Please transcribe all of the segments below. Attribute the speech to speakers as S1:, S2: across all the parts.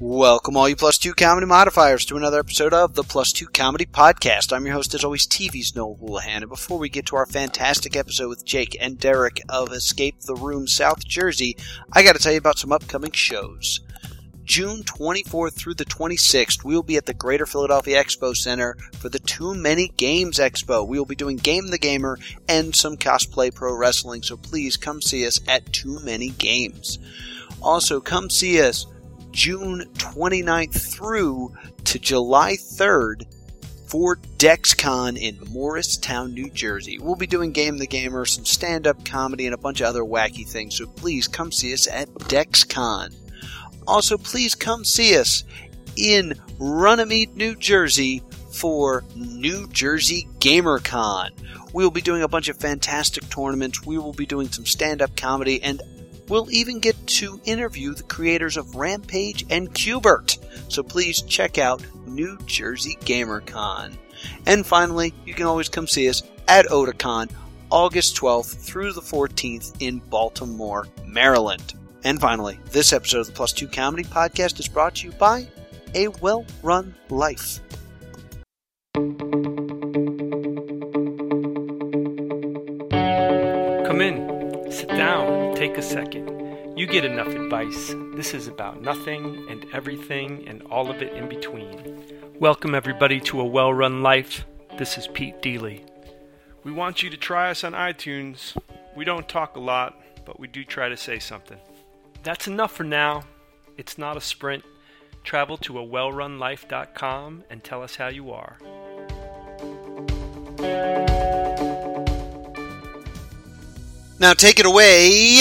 S1: Welcome, all you plus two comedy modifiers, to another episode of the Plus Two Comedy Podcast. I'm your host, as always, TV's Noel Houlihan. And before we get to our fantastic episode with Jake and Derek of Escape the Room, South Jersey, I got to tell you about some upcoming shows. June 24th through the 26th, we will be at the Greater Philadelphia Expo Center for the Too Many Games Expo. We will be doing Game the Gamer and some cosplay pro wrestling, so please come see us at Too Many Games. Also, come see us June 29th through to July 3rd for DexCon in Morristown, New Jersey. We'll be doing Game the Gamer, some stand up comedy, and a bunch of other wacky things, so please come see us at DexCon. Also, please come see us in Runnymede, New Jersey for New Jersey GamerCon. We will be doing a bunch of fantastic tournaments. We will be doing some stand up comedy, and we'll even get to interview the creators of Rampage and Cubert. So please check out New Jersey GamerCon. And finally, you can always come see us at Otakon August 12th through the 14th in Baltimore, Maryland. And finally, this episode of the Plus Two Comedy Podcast is brought to you by A Well Run Life.
S2: Come in, sit down, take a second. You get enough advice. This is about nothing and everything and all of it in between. Welcome, everybody, to A Well Run Life. This is Pete Deely. We want you to try us on iTunes. We don't talk a lot, but we do try to say something. That's enough for now. It's not a sprint. Travel to a wellrunlife.com and tell us how you are.
S1: Now take it away,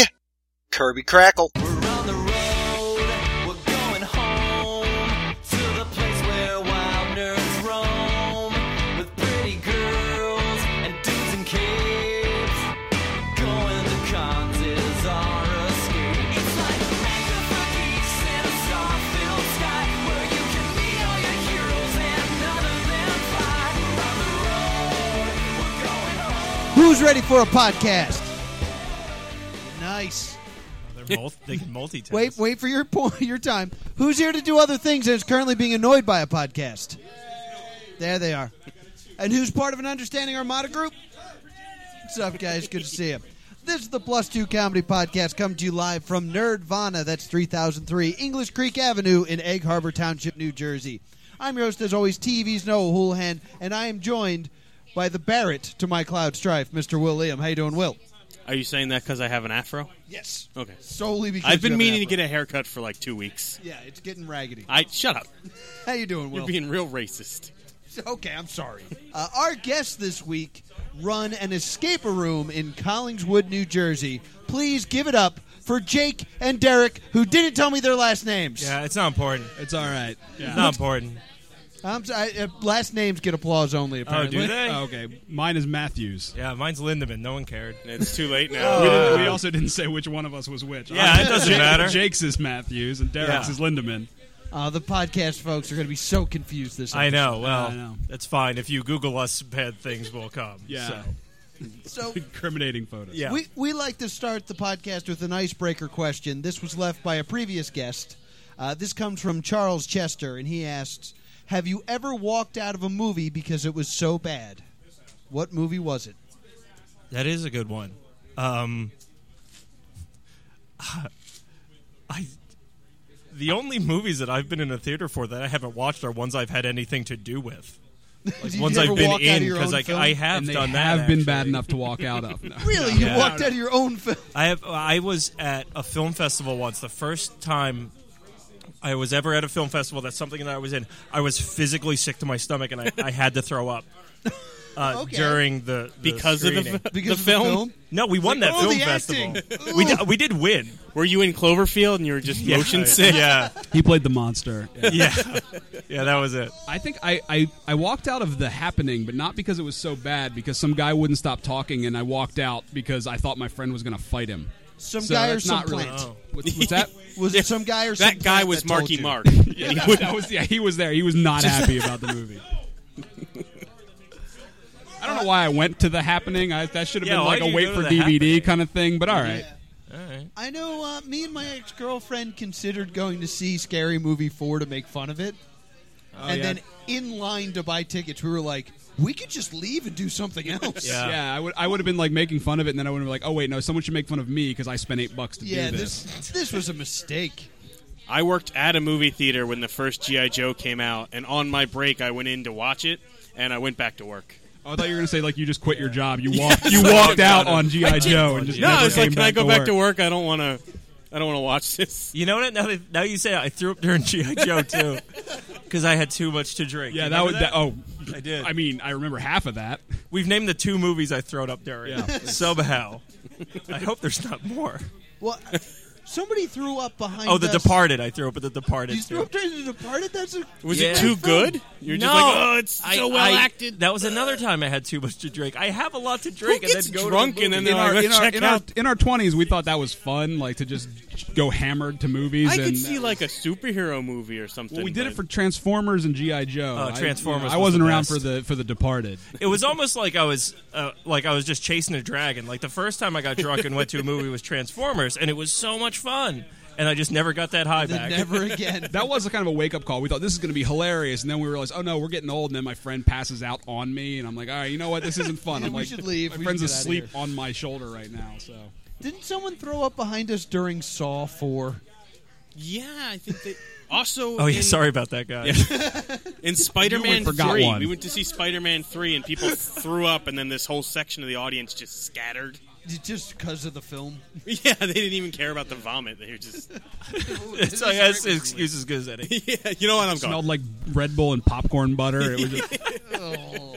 S1: Kirby Crackle.
S3: We're on the road, we're going home to the place where wild nerds roam with pretty girls and dudes in capes. Going to cons is our escape. It's like Mecca for geeks in a star-filled sky where you can meet all your heroes and none of them fly. We're on the road, we're going home.
S4: Who's ready for a podcast? Nice.
S5: They're multi- they can multitask.
S4: Wait, wait for your point, your time. Who's here to do other things and is currently being annoyed by a podcast? There they are. And who's part of an Understanding Armada group? What's up, guys? Good to see you. This is the Plus Two Comedy Podcast, coming to you live from Nerdvana. That's 3003 English Creek Avenue in Egg Harbor Township, New Jersey. I'm your host, as always, TV's Noah Houlihan, and I am joined by the Barrett to my cloud strife, Mr. Will Liam. How you doing, Will?
S5: Are you saying that because I have an afro?
S4: Yes.
S5: Okay.
S4: Solely because
S5: I've been meaning to
S4: it.
S5: get a haircut for like two weeks.
S4: Yeah, it's getting raggedy.
S5: I shut up.
S4: How you doing, Will?
S5: You're being real racist.
S4: okay, I'm sorry. Uh, our guests this week run an escape room in Collingswood, New Jersey. Please give it up for Jake and Derek, who didn't tell me their last names.
S6: Yeah, it's not important.
S4: It's all right.
S6: It's not important.
S4: I'm sorry, uh, last names get applause
S5: Oh,
S4: only. Apparently,
S6: they?
S7: Okay, mine is Matthews.
S6: Yeah, mine's Lindemann. No one cared.
S5: It's too late now.
S7: We, didn't- we also didn't say which one of us was which.
S6: Uh, Yeah, it doesn't
S7: Jake-
S6: matter.
S7: Jake's is Matthews and Derek's
S6: Yeah.
S7: is Lindemann.
S4: Uh, the podcast folks are going to be so confused this.
S6: I know. Well,
S7: I know.
S6: that's fine. If you Google us, bad things will come.
S7: Yeah,
S6: So.
S4: episode. So
S7: incriminating photos.
S6: Yeah.
S4: We, we like to start the podcast with an icebreaker question. This was left by a previous guest. Uh, this comes from Charles Chester, and he asks Have you ever walked out of a movie because it was so bad? What movie was it?
S6: That is a good one. Um, I the only movies that I've been in a theater for that I haven't watched are ones I've had anything to do with.
S4: Did you
S6: Ones
S4: ever
S6: I've been
S4: walk out of
S6: in
S4: your
S6: because
S4: own
S6: I,
S4: film?
S6: I have
S7: and they
S6: done that.
S7: have been
S6: actually.
S7: bad enough to walk out of. No.
S4: Really? You
S6: Yeah.
S4: walked out of your own film?
S6: I have. I was at a film festival once. The first time I was ever at a film festival, that's something that I was in. I was physically sick to my stomach, and I, I had to throw up uh,
S4: Okay.
S6: during the, the
S5: Because of the
S6: screening.
S5: f-
S4: Because of
S5: film?
S4: the film?
S6: no, we won that
S5: oh,
S6: film
S5: the
S6: festival.
S4: acting.
S6: we d- we did win.
S5: Were you in Cloverfield and you were just
S6: Yeah.
S5: motion sick?
S6: Yeah,
S7: He played the monster.
S6: yeah, yeah. That was it.
S7: I think I, I I walked out of the happening, but not because it was so bad. Because some guy wouldn't stop talking, and I walked out because I thought my friend was going to fight him.
S4: Some
S7: So
S4: guy or
S7: that's
S4: some
S7: not really-
S4: plant?
S7: What's, what's that?
S4: Was it some guy or some
S5: That guy
S4: plant
S5: was
S4: that told
S5: Marky
S4: you?
S5: Mark.
S7: yeah, that was, yeah, he was there. He was not happy about the movie. I don't know why I went to the happening. I, that should have
S6: Yeah,
S7: been
S6: why
S7: like
S6: do
S7: a
S6: you
S7: wait
S6: go to
S7: for
S6: the
S7: DVD
S6: happening?
S7: kind of thing, but all right.
S4: Yeah.
S5: right.
S4: I know uh, me and my ex girlfriend considered going to see Scary Movie 4 to make fun of it.
S6: Oh,
S4: and
S8: yeah.
S4: then in line to buy tickets, we were like, we could just leave and do something else.
S8: Yeah.
S7: yeah, I would I would have been like making fun of it, and then I would have been like, oh wait, no, someone should make fun of me because I spent eight bucks to
S4: Yeah,
S7: do
S4: this
S7: this.
S4: this was a mistake.
S5: I worked at a movie theater when the first GI Joe came out, and on my break, I went in to watch it, and I went back to work.
S7: Oh, I thought you were gonna say like you just quit your job, you walked you walked out on GI Joe, and just
S5: No,
S7: never
S5: I was like,
S7: came
S5: can I go back to
S7: work?
S5: work? I don't want to. I don't want to watch this.
S6: You know what? Now, that, now you say it, I threw up during GI Joe too, because I had too much to drink.
S7: Yeah,
S6: You
S7: that
S6: remember
S7: would that? oh,
S6: I did.
S7: I mean, I remember half of that.
S6: We've named the two movies I throwed up during.
S7: Yeah.
S6: Somehow, I hope there's not more.
S4: Well, somebody threw up behind
S6: Oh, The
S4: us.
S6: Departed. I threw up at The Departed.
S4: You threw
S6: too.
S4: up during The Departed? That's a,
S5: Was
S6: Yeah.
S5: it too good? You're
S6: no,
S5: just like, oh, it's
S6: I-
S5: so well
S6: I-
S5: acted.
S6: That was another time I had too much to drink. I have a lot to drink.
S5: gets
S6: and then go
S5: drunk
S6: to the
S5: and then
S6: movie.
S5: they're like, let's
S7: in our,
S5: check
S7: in,
S5: out.
S7: Our, in our 20s, we thought that was fun, like to just go hammered to movies.
S5: I could
S7: and
S5: see like a superhero movie or something.
S7: well, we did it for
S5: but-
S7: Transformers and GI Joe.
S6: Oh,
S7: I-
S6: Transformers
S7: you know, I,
S6: was
S7: wasn't
S6: the
S7: around
S6: best.
S7: for the for the Departed.
S6: it was almost like I was uh, like I was just chasing a dragon. Like the first time I got drunk and went to a movie was Transformers, and it was so much fun. And I just never got that high
S4: the
S6: back.
S4: never again.
S7: That was a kind of a wake up call. We thought this is going to be hilarious, and then we realized, oh no, we're getting old. And then my friend passes out on me, and I'm like, all right, you know what, this isn't fun. I'm
S4: We
S7: like,
S4: should leave.
S7: My
S4: We
S7: friend's
S4: should get outta
S7: asleep
S4: here.
S7: on my shoulder right now. So
S4: Didn't someone throw up behind us during Saw 4?
S5: Yeah, I think they. Also,
S6: Oh yeah,
S5: in,
S6: sorry about that, guy.
S5: In Spider-Man
S7: forgot
S5: three,
S7: one.
S5: we went to see Spider-Man three, and people threw up, and then this whole section of the audience just scattered.
S4: Just because of the film?
S5: Yeah, they didn't even care about the vomit. They were just,
S6: It's like that's an excuse as good as any.
S5: yeah, you know what? I'm going.
S7: smelled like Red Bull and popcorn butter. It was just,
S4: Oh,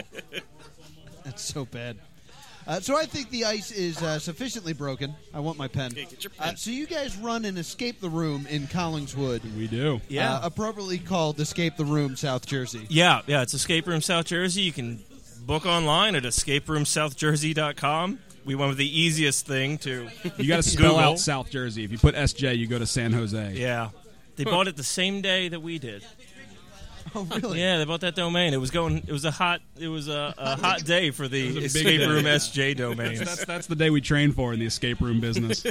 S4: that's so bad. Uh, so I think the ice is uh, sufficiently broken. I want my pen.
S5: Yeah, get your
S4: Uh,
S5: pen.
S4: so you guys run and escape the room in Collingswood,
S7: we do.
S6: Yeah.
S4: uh, appropriately called "Escape the Room," South Jersey.
S6: Yeah, yeah, it's Escape Room South Jersey. You can book online at escaperoomsouthjersey.com. We went with the easiest thing to
S7: You got to spell
S6: Google.
S7: out South Jersey. If you put SJ, you go to San Jose.
S6: Yeah. They bought it the same day that we did.
S4: Oh, really?
S6: Yeah, they bought that domain. It was going it was a hot it was a, a hot day for the
S7: big
S6: Escape
S7: day.
S6: Room SJ domain.
S7: That's that's the day we train for in the escape room business.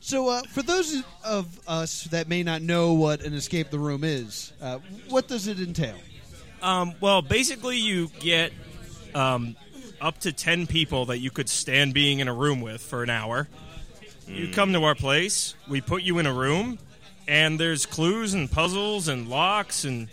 S4: So uh, for those of us that may not know what an escape the room is, uh, what does it entail?
S6: Um, well, basically, you get um, up to 10 people that you could stand being in a room with for an hour. You come to our place, we put you in a room, and there's clues and puzzles and locks and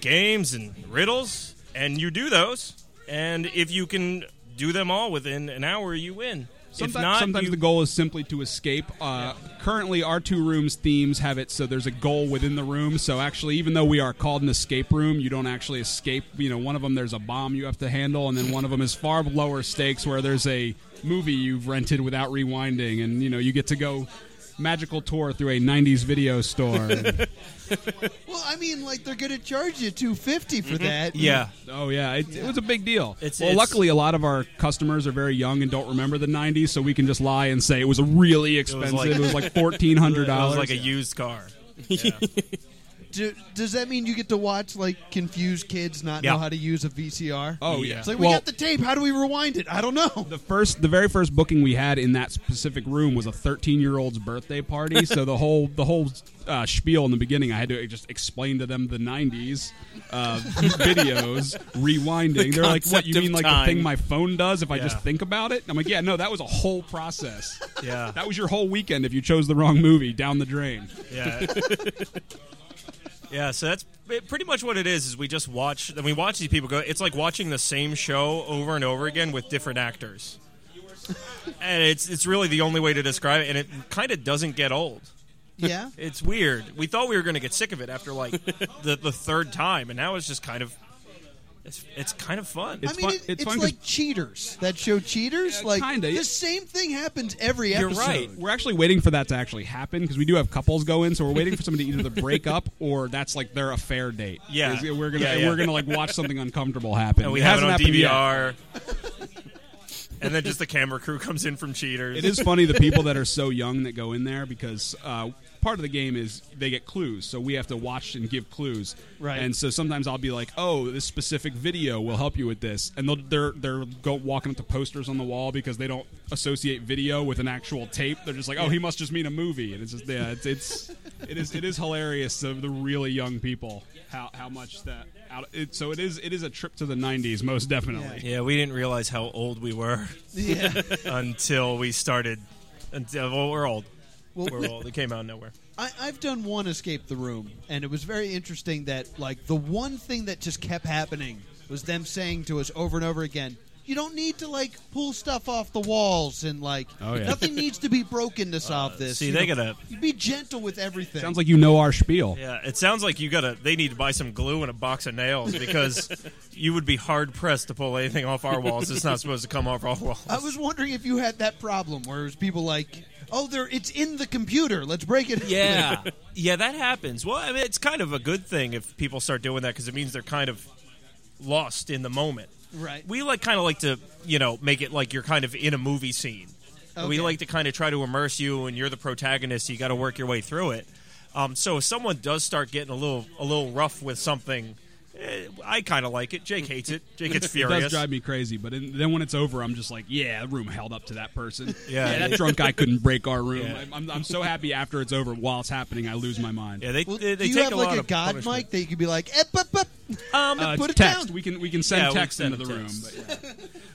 S6: games and riddles, and you do those. And if you can do them all within an hour, you win. if
S7: Sometimes,
S6: not,
S7: sometimes
S6: you-
S7: the goal is simply to escape. Uh, Currently, our two rooms themes have it so there's a goal within the room. So actually, even though we are called an escape room, you don't actually escape. You know, one of them there's a bomb you have to handle, and then one of them is far lower stakes where there's a movie you've rented without rewinding, and you know you get to go magical tour through a '90s video store.
S4: Well, I mean, like they're going to charge you two fifty
S5: Mm-hmm.
S4: for that.
S6: yeah.
S7: Oh yeah, it, it was a big deal.
S6: It's-
S7: well,
S6: it's-
S7: luckily, a lot of our customers are very young and don't remember the '90s, so we can just lie and say it was really expensive.
S6: like-
S7: It was like fourteen hundred
S6: It was
S7: dollars.
S6: like a used car.
S4: Do, does that mean you get to watch like confused kids not
S6: Yeah.
S4: know how to use a VCR?
S7: Oh, yeah.
S4: It's like we
S7: Well-
S4: got the tape. How do we rewind it? I don't know.
S7: the first, the very first booking we had in that specific room was a thirteen-year-old's birthday party. so the whole the whole uh, spiel in the beginning, I had to just explain to them the '90s uh, videos, rewinding. They're like, "What
S5: concept
S7: you
S5: of
S7: mean, like
S5: time."
S7: the thing my phone does if I just
S6: Yeah.
S7: think about it?" I'm like, "Yeah, no, that was a whole process."
S6: Yeah.
S7: That was your whole weekend if you chose the wrong movie down the drain.
S6: Yeah. yeah, so that's p- pretty much what it is is we just watch and we watch these people go it's like watching the same show over and over again with different actors. and it's it's really the only way to describe it and it kind of doesn't get old.
S4: Yeah.
S6: It's weird. We thought we were going to get sick of it after like the the third time and now it's just kind of it's, it's kind of fun.
S4: I mean,
S7: fun-
S4: it-
S7: it's
S4: it's,
S7: fun 'cause-
S4: like cheaters. That show cheaters. like
S7: kinda.
S4: the same thing happens every
S6: You're
S4: episode.
S6: right.
S7: We're actually waiting for that to actually happen because we do have couples go in, so we're waiting for somebody to either break up or that's like their affair date.
S6: Yeah.
S7: Is- we're gonna
S6: Yeah, yeah.
S7: we're gonna like watch something uncomfortable happen.
S6: and we
S7: It
S6: have it
S7: hasn't
S6: on
S7: happened yet.
S6: DVR. and then just the camera crew comes in from Cheaters.
S7: It is funny the people that are so young that go in there because uh, part of the game is they get clues, so we have to watch and give clues.
S4: Right.
S7: And so sometimes I'll be like, "Oh, this specific video will help you with this," and they'll, they're they're go walking up to posters on the wall because they don't associate video with an actual tape. They're just like, "Oh, he must just mean a movie," and it's just yeah, it's, it's it is it is hilarious of the really young people how how much that out. It, so it is it is a trip to the '90s most definitely.
S6: yeah, we didn't realize how old we were
S4: Yeah.
S6: until we started. Until well, we're old. we're old. It came out of nowhere.
S4: I, I've done one escape the room, and it was very interesting that like the one thing that just kept happening was them saying to us over and over again, "You don't need to like pull stuff off the walls and like
S7: Oh, yeah. Uh,
S4: nothing needs to be broken to solve this."
S6: see,
S4: you
S6: they
S4: know,
S6: gotta-
S4: you be gentle with everything.
S7: Sounds like you know our spiel.
S6: Yeah, it sounds like you gotta. They need to buy some glue and a box of nails because you would be hard pressed to pull anything off our walls. It's not supposed to come off our walls.
S4: I was wondering if you had that problem where it was people like, "Oh, there, it's in the computer. Let's break it."
S6: Yeah, yeah, that happens. Well, I mean, it's kind of a good thing if people start doing that because it means they're kind of lost in the moment.
S4: right.
S6: We like kind of like to, you know, make it like you're kind of in a movie scene.
S4: Okay.
S6: We like to kind of try to immerse you, and you're the protagonist. you got to work your way through it. Um, so if someone does start getting a little a little rough with something, eh, I kind of like it. Jake hates it. Jake gets
S7: It
S6: furious.
S7: does drive me crazy, but in, then when it's over, I'm just like, yeah, the room held up to that person.
S6: Yeah.
S7: that drunk guy couldn't break our room.
S6: Yeah.
S7: I'm, I'm so happy after it's over. While it's happening, I lose my mind.
S6: yeah, they,
S4: Well,
S6: they, they
S4: do you
S6: take
S4: have
S6: a
S4: like
S6: lot
S4: a
S6: of
S4: god
S6: punishment. Um,
S4: mic that you could be like, "Eh, "Ep, up, up."
S7: Uh,
S4: put it
S7: text.
S4: down.
S7: We can we can
S6: Yeah,
S7: send
S6: we can
S7: text
S6: send
S7: into the
S6: a
S7: room.
S6: text.
S7: But yeah.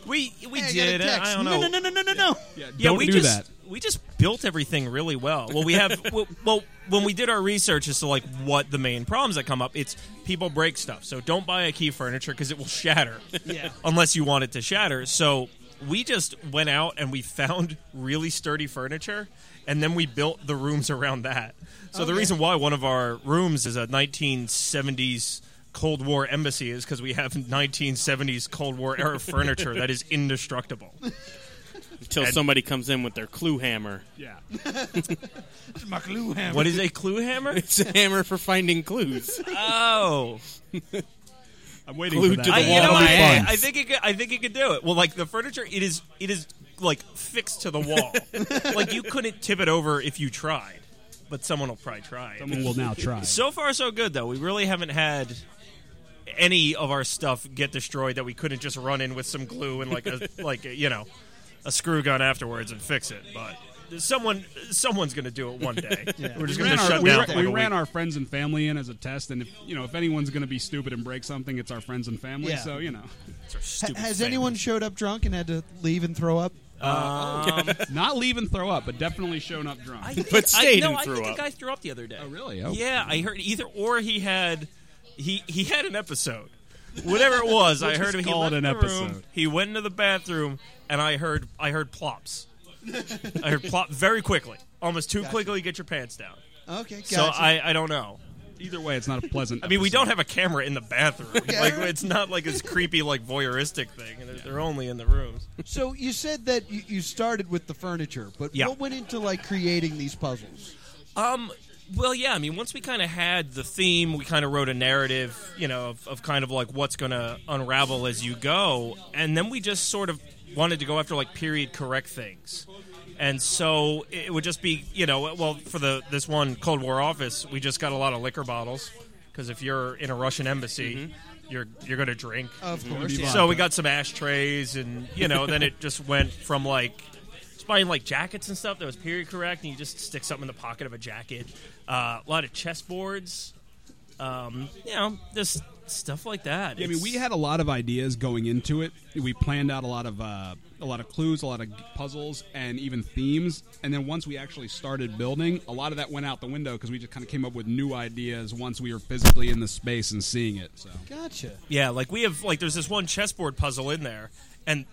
S6: We we
S4: Hey, I got a
S6: did. it.
S4: text.
S6: I don't
S4: No,
S6: know.
S4: no, no, no, no, no, no.
S7: Yeah, don't
S6: yeah, we
S7: do
S6: just,
S7: that.
S6: We just built everything really well. Well, we have well, well when we did our research as to like what the main problems that come up, it's people break stuff. So don't buy IKEA furniture because it will shatter.
S4: Yeah.
S6: unless you want it to shatter. So we just went out and we found really sturdy furniture, and then we built the rooms around that. So the
S4: Okay.
S6: reason why one of our rooms is a 1970s. Cold War embassy is because we have 1970s Cold War era furniture that is indestructible.
S5: Until somebody comes in with their clue hammer.
S7: Yeah,
S6: What is a clue hammer?
S5: It's a hammer for finding clues.
S6: Oh,
S7: I'm waiting
S5: Glued
S7: for that.
S5: to the
S6: I, you
S5: wall.
S6: know,
S5: That'll be
S6: I,
S5: fun.
S6: I think it could, I think it could do it. Well, like the furniture, it is it is like fixed to the wall. like you couldn't tip it over if you tried, but someone will probably try.
S7: Someone will now try.
S6: So far, so good though. We really haven't had any of our stuff get destroyed that we couldn't just run in with some glue and like a like a, you know a screw gun afterwards and fix it. But someone someone's going to do it one day. We're just
S7: we
S6: going to
S7: ran, our,
S6: shut
S7: we
S6: down.
S7: ra-
S6: for
S7: we
S6: like a
S7: ran
S6: week.
S7: our friends and family in as a test, and if you know if anyone's going to be stupid and break something, it's our friends and family.
S4: Yeah.
S7: So you know,
S6: It's our
S4: Ha-
S6: stupid
S4: Has
S6: thing.
S4: anyone showed up drunk and had to leave and throw up?
S7: not leave and throw up, but definitely shown up drunk.
S6: I think,
S5: But stayed
S6: I, no,
S5: and
S6: I
S5: threw
S6: think
S5: up.
S6: a guy threw up the other day.
S7: oh really? Oh.
S6: Yeah, I heard either or he had he he had an episode. Whatever it was, I heard
S7: just
S6: him. He
S7: call it
S6: left
S7: an
S6: the room.
S7: episode.
S6: He went into the bathroom, and I heard I heard plops. I heard plop very quickly, almost too quickly. to Get your pants down.
S4: Okay, gotcha.
S6: So I I don't know.
S7: Either way, it's not a pleasant.
S6: I mean, we don't have a camera in the bathroom.
S4: Yeah.
S6: Like it's not like this creepy like voyeuristic thing. They're, they're only in the rooms.
S4: So you said that you, you started with the furniture, but
S6: Yeah.
S4: what went into like creating these puzzles?
S6: Um. Well, yeah. I mean, once we kind of had the theme, we kind of wrote a narrative, you know, of, of kind of like what's going to unravel as you go, and then we just sort of wanted to go after like period correct things, and so it would just be, you know, well, for the this one Cold War office, we just got a lot of liquor bottles because if you're in a Russian embassy, you're you're going to drink.
S4: Of course, yeah.
S6: So we got some ashtrays, and you know, then it just went from like just buying like jackets and stuff that was period correct, and you just stick something in the pocket of a jacket. Uh, a lot of chessboards, um, you know, just stuff like that.
S7: Yeah, I mean,
S6: It's-
S7: we had a lot of ideas going into it. We planned out a lot of uh, a lot of clues, a lot of puzzles, and even themes. And then once we actually started building, a lot of that went out the window because we just kind of came up with new ideas once we were physically in the space and seeing it. So
S4: gotcha.
S6: yeah, like we have like there's this one chessboard puzzle in there, and.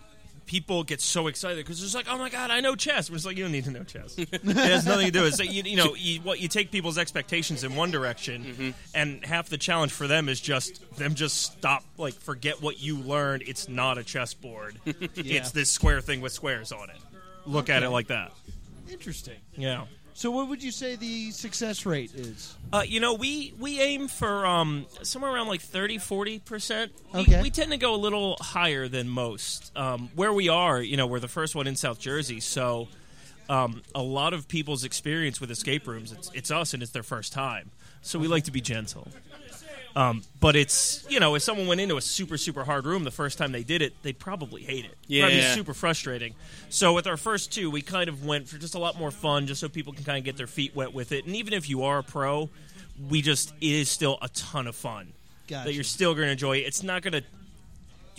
S6: People get so excited because it's like, oh my god, I know chess. We're just like, you don't need to know chess. it has nothing to do. It's like you, you know, you, what you take people's expectations in one direction, and half the challenge for them is just them just stop, like forget what you learned. It's not a chessboard. It's this square thing with squares on it. Look at it like that.
S4: Interesting.
S6: Yeah.
S4: So, what would you say the success rate is?
S9: Uh, you know, we, we aim for um, somewhere around like 30, 40%. We,
S4: Okay.
S9: we tend to go a little higher than most. Um, where we are, you know, we're the first one in South Jersey, so um, a lot of people's experience with escape rooms, it's, it's us and it's their first time. So we like to be gentle. Um, but it's, you know, if someone went into a super, super hard room the first time they did it, they'd probably hate it. Probably
S5: Yeah.
S9: super frustrating. So with our first two, we kind of went for just a lot more fun, just so people can kind of get their feet wet with it. And even if you are a pro, we just it is still a ton of fun
S4: Gotcha.
S9: that you're still going to enjoy. It's not going to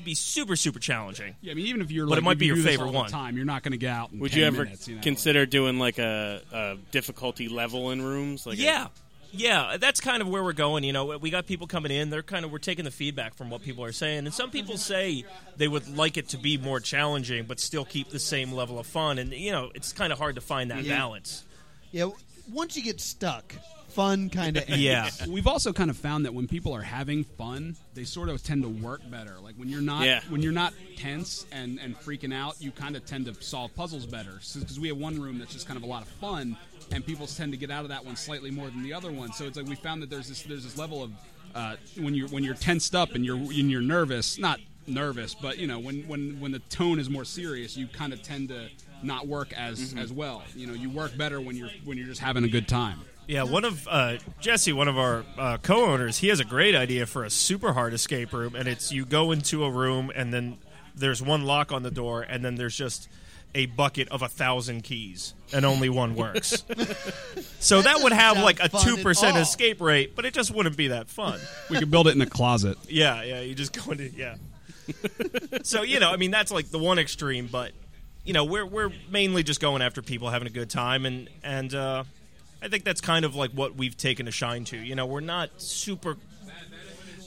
S9: be super super challenging.
S7: Yeah, I mean, even if you're,
S9: But it
S7: like,
S9: might
S7: if
S9: be
S7: you
S9: your
S7: do this
S9: favorite
S7: all the
S9: one.
S7: Time, you're not going to get out. In
S5: Would
S7: 10
S5: you ever
S7: minutes, you know?
S5: consider doing like a, a difficulty level in rooms? Like a-
S9: Yeah. Yeah, that's kind of where we're going. You know, we got people coming in. They're kind of we're taking the feedback from what people are saying, and some people say they would like it to be more challenging, but still keep the same level of fun. And you know, it's kind of hard to find that balance.
S4: Yeah, w- once you get stuck, fun kind of
S9: Yeah,
S7: We've also kind of found that when people are having fun, they sort of tend to work better. Like when you're not
S5: Yeah.
S7: when you're not tense and, and freaking out, you kind of tend to solve puzzles better. Because we have one room that's just kind of a lot of fun, and people tend to get out of that one slightly more than the other one. So it's like we found that there's this there's this level of uh, when you're when you're tensed up and you're and you're nervous, not nervous, but you know when when when the tone is more serious, you kind of tend to not work as as well. You know, you work better when you're when you're just having a good time.
S6: Yeah, one of uh, Jesse, one of our uh, co-owners, he has a great idea for a super hard escape room, and it's you go into a room and then there's one lock on the door, and then there's just a bucket of a thousand keys, and only one works. so that,
S4: doesn't
S6: would have
S4: sound
S6: like a
S4: fun at
S6: two percent
S4: all.
S6: escape rate, but it just wouldn't be that fun.
S7: We could build it in a closet.
S6: yeah, yeah, you just go into yeah. so you know, I mean, that's like the one extreme, but you know, we're we're mainly just going after people having a good time, and and uh, I think that's kind of like what we've taken a shine to. You know, we're not super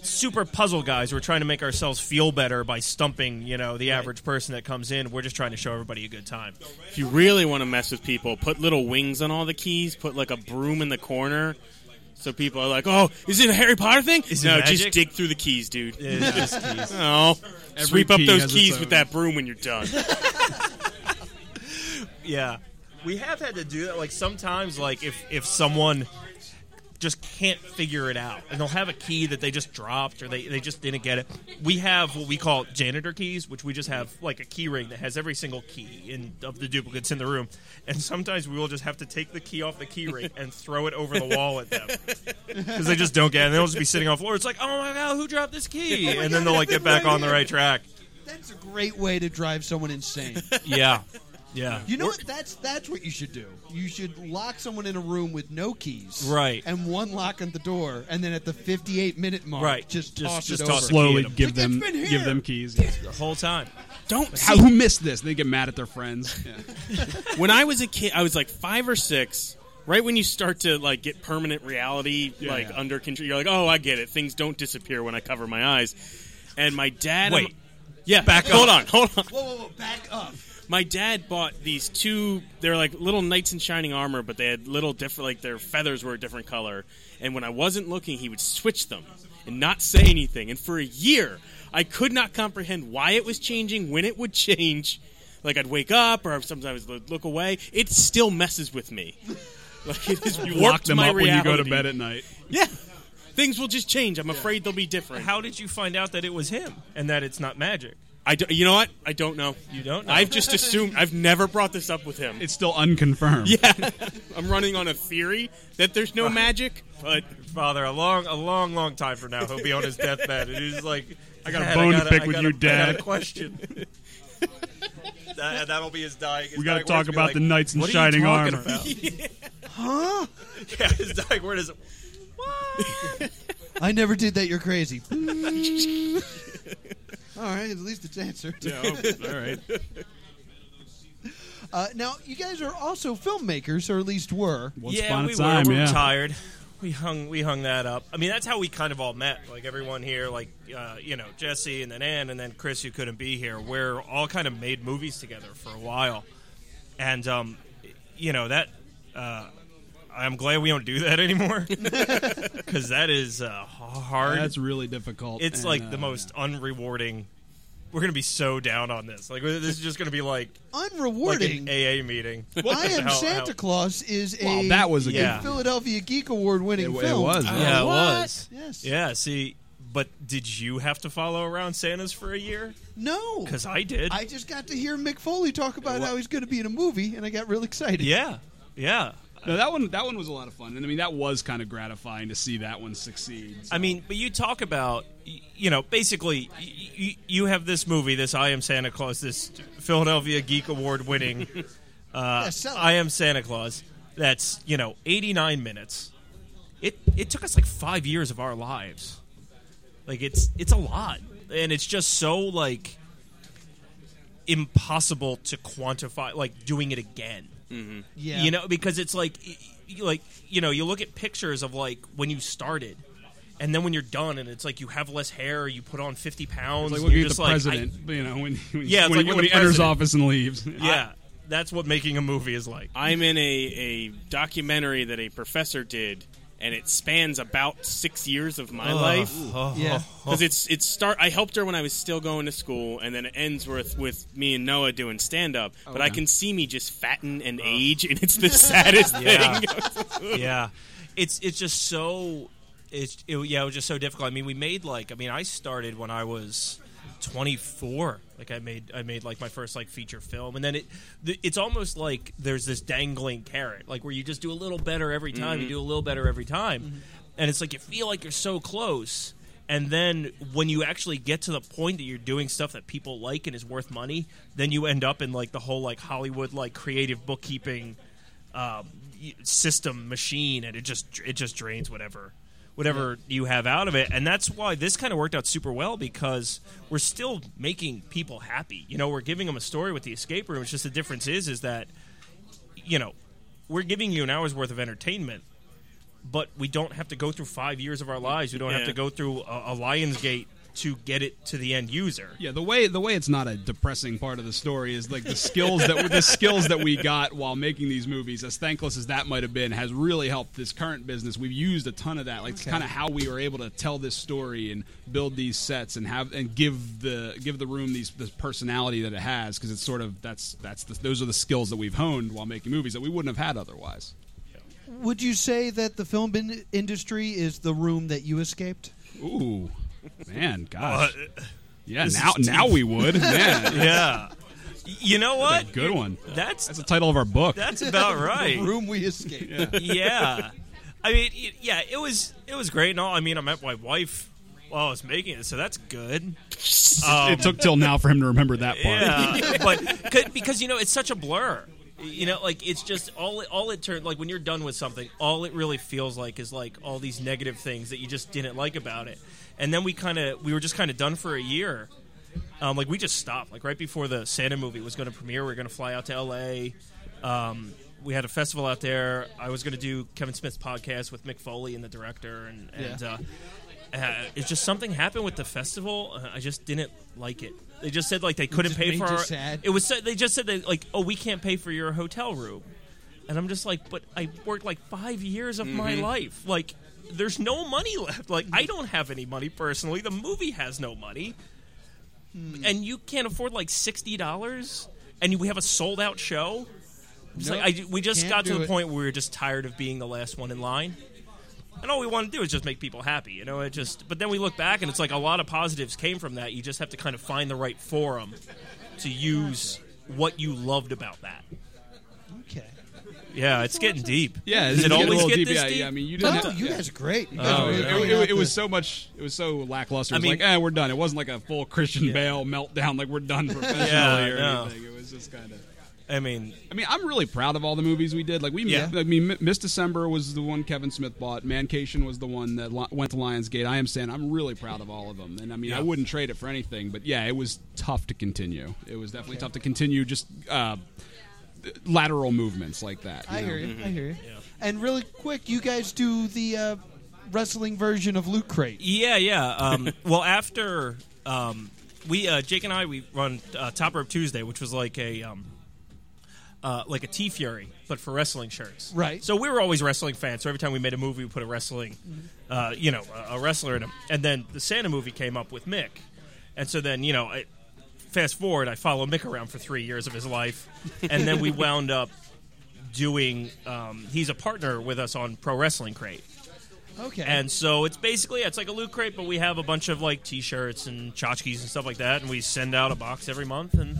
S6: super puzzle guys. We're trying to make ourselves feel better by stumping you know the average person that comes in. We're just trying to show everybody a good time.
S5: If you really want to mess with people, put little wings on all the keys. Put like a broom in the corner, so people are like, "Oh, is it a Harry Potter thing?"
S6: it
S5: no,
S6: magic?
S5: just dig through the keys, dude.
S6: It's-
S5: Oh,
S7: Every
S5: sweep up
S7: key
S5: those
S7: has
S5: keys
S7: its
S5: with
S7: own.
S5: that broom when you're done.
S6: yeah, we have had to do that. Like sometimes, like if if someone just can't figure it out. And they'll have a key that they just dropped or they, they just didn't get it. We have what we call janitor keys, which we just have like a key ring that has every single key in of the duplicates in the room. And sometimes we will just have to take the key off the key ring and throw it over the wall at them. Because they just don't get it. And they'll just be sitting on the floor. It's like, oh my God, who dropped this key? And then they'll like get back on the right track.
S4: That's a great way to drive someone insane.
S6: Yeah. Yeah.
S4: You know what? That's that's what you should do. You should lock someone in a room with no keys,
S6: Right.
S4: And one lock on the door, and then at the 58 minute mark,
S6: Right.
S4: just
S6: Just-
S4: toss
S6: just
S4: it
S6: toss
S4: over.
S6: it.
S7: slowly
S6: Like,
S7: give
S4: it's
S7: them
S4: been here.
S7: give them keys.
S6: The whole time.
S5: Don't
S7: How, who missed this? They get mad at their friends.
S5: when I was a kid, I was like five or six. Right when you start to like get permanent reality like
S7: yeah.
S5: under control, you're like, "Oh, I get it. Things don't disappear when I cover my eyes." And my dad,
S6: Wait.
S5: yeah, back. Hold on, hold on.
S4: Whoa, whoa, whoa! Back up.
S5: My dad bought these two. They're like little knights in shining armor, but they had little different. Like their feathers were a different color. And when I wasn't looking, he would switch them and not say anything. And for a year, I could not comprehend why it was changing, when it would change. Like I'd wake up, or sometimes I'd look away. It still messes with me. Like it has warped
S7: Lock them
S5: my
S7: up when you go to
S5: reality.
S7: bed at night.
S5: Yeah, things will just change. I'm afraid they'll be different.
S6: How did you find out that it was him and that it's not magic?
S5: I don't, you know what? I don't know.
S6: You don't know.
S5: I've just assumed. I've never brought this up with him.
S7: It's still unconfirmed. Yeah.
S5: I'm running on a theory that there's no magic, but
S6: father a long, a long, long time from now. He'll be on his deathbed, and he's like, "I got
S7: a bone to pick with
S6: got
S7: you,
S6: a- I got
S7: Dad."
S6: a question. that, that'll be his dying. His
S7: We gotta
S6: dying
S7: talk
S6: words will be
S7: about
S6: like,
S7: the knights in
S6: "What are you
S7: shining
S6: talking
S7: armor."
S6: about?" Yeah, his dying word is.
S4: I never did that. You're crazy. All right, at least it's answered.
S7: All right.
S4: Uh, now, you guys are also filmmakers, or at least were.
S7: Once
S6: yeah,
S7: upon
S6: we
S7: a time,
S6: were. We
S7: yeah.
S6: were tired. We hung, we hung that up. I mean, that's how we kind of all met. Like everyone here, like uh, you know Jesse and then Ann and then Chris, who couldn't be here. We're all kind of made movies together for a while, and um, you know that. Uh, I'm glad we don't do that anymore because that is uh, hard.
S7: That's really difficult.
S6: it's
S7: and,
S6: like
S7: uh,
S6: the most unrewarding. we're gonna be so down on this. Like this is just gonna be like
S4: I'm
S6: like
S4: rewarding.
S6: an AA meeting.
S4: I am
S6: How- how-
S4: Santa Claus is a
S7: Wow, that was a good-
S6: Yeah. Uh,
S4: Philadelphia Geek Award winning
S7: It,
S4: film.
S7: it was.
S6: Yeah, it was.
S4: Yes.
S6: Yeah, see, but did you have to follow around Santas for a year?
S4: No.
S6: Because I did.
S4: I just got to hear Mick Foley talk about
S6: What?
S4: how he's going to be in a movie, and I got real excited.
S6: yeah, yeah.
S7: No, that one that one was a lot of fun, and I mean that was kind of gratifying to see that one succeed.
S6: I mean, but you talk about, y- you know, basically, y- y- you have this movie, this I Am Santa Claus, this Philadelphia Geek Award winning
S4: Yeah, sell it.
S6: I Am Santa Claus, that's, you know, 89 minutes. It, it took us like five years of our lives. Like, it's, it's a lot. And it's just so, like, impossible to quantify, like, doing it again.
S4: yeah.
S6: You know, because it's like, y- y- like you know, you look at pictures of like when you started, and then when you're done, and it's like you have less hair, you put on fifty pounds,
S7: It's like
S6: and
S7: looking
S6: you're
S7: at the
S6: just like, I-
S7: president, you know, when, when,
S6: Yeah, it's
S7: when,
S6: like
S7: he-
S6: when
S7: when
S6: the
S7: he enters
S6: president-
S7: office and leaves.
S6: yeah, that's what making a movie is like.
S5: I'm in a, a documentary that a professor did, and it spans about six years of
S7: Uh,
S5: my life.
S7: Oh.
S4: Yeah.
S5: Because it's it's start. I helped her when I was still going to school, and then it ends with with me and Noah doing stand up. But I
S7: Okay.
S5: can see me just fatten and age, and it's the saddest
S6: Yeah.
S5: thing.
S6: yeah, it's it's just so it's it, yeah, it was just so difficult. I mean, we made like I mean, I started when I was 24. Like I made I made like my first like feature film, and then it th- it's almost like there's this dangling carrot, like where you just do a little better every time, you do a little better every time, and it's like you feel like you're so close. And then when you actually get to the point that you're doing stuff that people like and is worth money, then you end up in like the whole like Hollywood like creative bookkeeping um, y- system machine, and it just it just drains whatever whatever you have out of it. And that's why this kind of worked out super well because we're still making people happy. You know, we're giving them a story with the escape room. It's just the difference is is that you know we're giving you an hour's worth of entertainment. But we don't have to go through five years of our lives. We don't
S5: Yeah.
S6: have to go through a, a Lionsgate to get it to the end user.
S7: Yeah, the way the way it's not a depressing part of the story is like the skills that the skills that we got while making these movies, as thankless as that might have been, has really helped this current business. We've used a ton of that, like it's kind of how we were able to tell this story and build these sets and have and give the give the room these this personality that it has because it's sort of that's that's the, those are the skills that we've honed while making movies that we wouldn't have had otherwise.
S4: Would you say that the film in- industry is the room that you escaped?
S7: Ooh, man, gosh, yeah.
S6: this
S7: Now
S6: is
S7: now we would, man.
S6: Yeah, you know what?
S7: That's a good one.
S6: That's
S7: That's the title of our book.
S6: that's about right.
S4: Room we escaped.
S6: yeah. I mean, y- yeah, it was it was great and all. I mean, I met my wife while I was making it, so that's good.
S7: it took till now for him to remember that part.
S6: Yeah, but could, because you know it's such a blur. You know, like it's just all it all it turned like when you're done with something, all it really feels like is like all these negative things that you just didn't like about it. And then we kind of we were just kind of done for a year. Um, like we just stopped. Like right before the Santa movie was going to premiere, we were going to fly out to L.A. Um, we had a festival out there. I was going to do Kevin Smith's podcast with Mick Foley and the director, and, and
S4: Yeah.
S6: uh, uh, it's just something happened with the festival. Uh, I just didn't like it. They just said like they couldn't
S4: just
S6: pay
S4: made
S6: for
S4: you
S6: our.
S4: sad.
S6: It was said- they just said they like oh we can't pay for your hotel room, and I'm just like but I worked like five years of my life like there's no money left like I don't have any money personally the movie has no money, and you can't afford like sixty dollars and we have a sold out show. I'm just
S4: Nope.
S6: like, I- we just
S4: Can't
S6: got to
S4: do
S6: the
S4: it.
S6: point where we were just tired of being the last one in line and all we want to do is just make people happy you know it just but then we look back and it's like a lot of positives came from that you just have to kind of find the right forum to use what you loved about that
S4: Okay.
S6: yeah it's getting deep
S7: Yeah,
S6: does
S7: it's
S6: it
S7: getting a
S6: always
S7: little
S6: get
S7: deep.
S6: this
S7: yeah,
S6: deep
S7: yeah, I mean, you didn't.
S4: No,
S7: have,
S4: Oh, you
S7: yeah.
S4: guys are great. You guys
S6: Oh,
S4: are really
S6: yeah.
S7: It,
S4: bringing
S7: it-
S4: out
S7: it was
S4: the-
S7: so much. It was so
S6: I
S7: lackluster. It was
S6: mean-
S7: like, eh, we're done. It wasn't like a full Christian Bale meltdown. Like we're done professionally
S6: Yeah,
S7: or
S6: no.
S7: anything. It was just kind of.
S6: i mean
S7: I mean, I'm really proud of all the movies we did. Like we,
S6: Yeah.
S7: I mean, M- Miss December was the one Kevin Smith bought. Mancation was the one that li- went to Lionsgate. I am saying I'm really proud of all of them, and I mean, I wouldn't trade it for anything. But yeah, it was tough to continue. It was definitely tough to continue just uh, lateral movements like that.
S4: I
S7: you know?
S4: hear you.
S6: Mm-hmm.
S4: I hear you. And really quick, you guys do the uh, wrestling version of Loot Crate.
S6: Yeah, yeah. Um, well, after um, we uh, Jake and I we run uh, Top Rope Tuesday, which was like a um, uh, like a T Fury, but for wrestling shirts.
S4: Right.
S6: So we were always wrestling fans. So every time we made a movie, we put a wrestling, uh, you know, a, a wrestler in them. And then the Santa movie came up with Mick, and so then you know. I, fast forward, I follow Mick around for three years of his life, and then we wound up doing. Um, he's a partner with us on Pro Wrestling Crate,
S4: Okay.
S6: and so it's basically it's like a loot crate, but we have a bunch of like T-shirts and tchotchkes and stuff like that, and we send out a box every month, and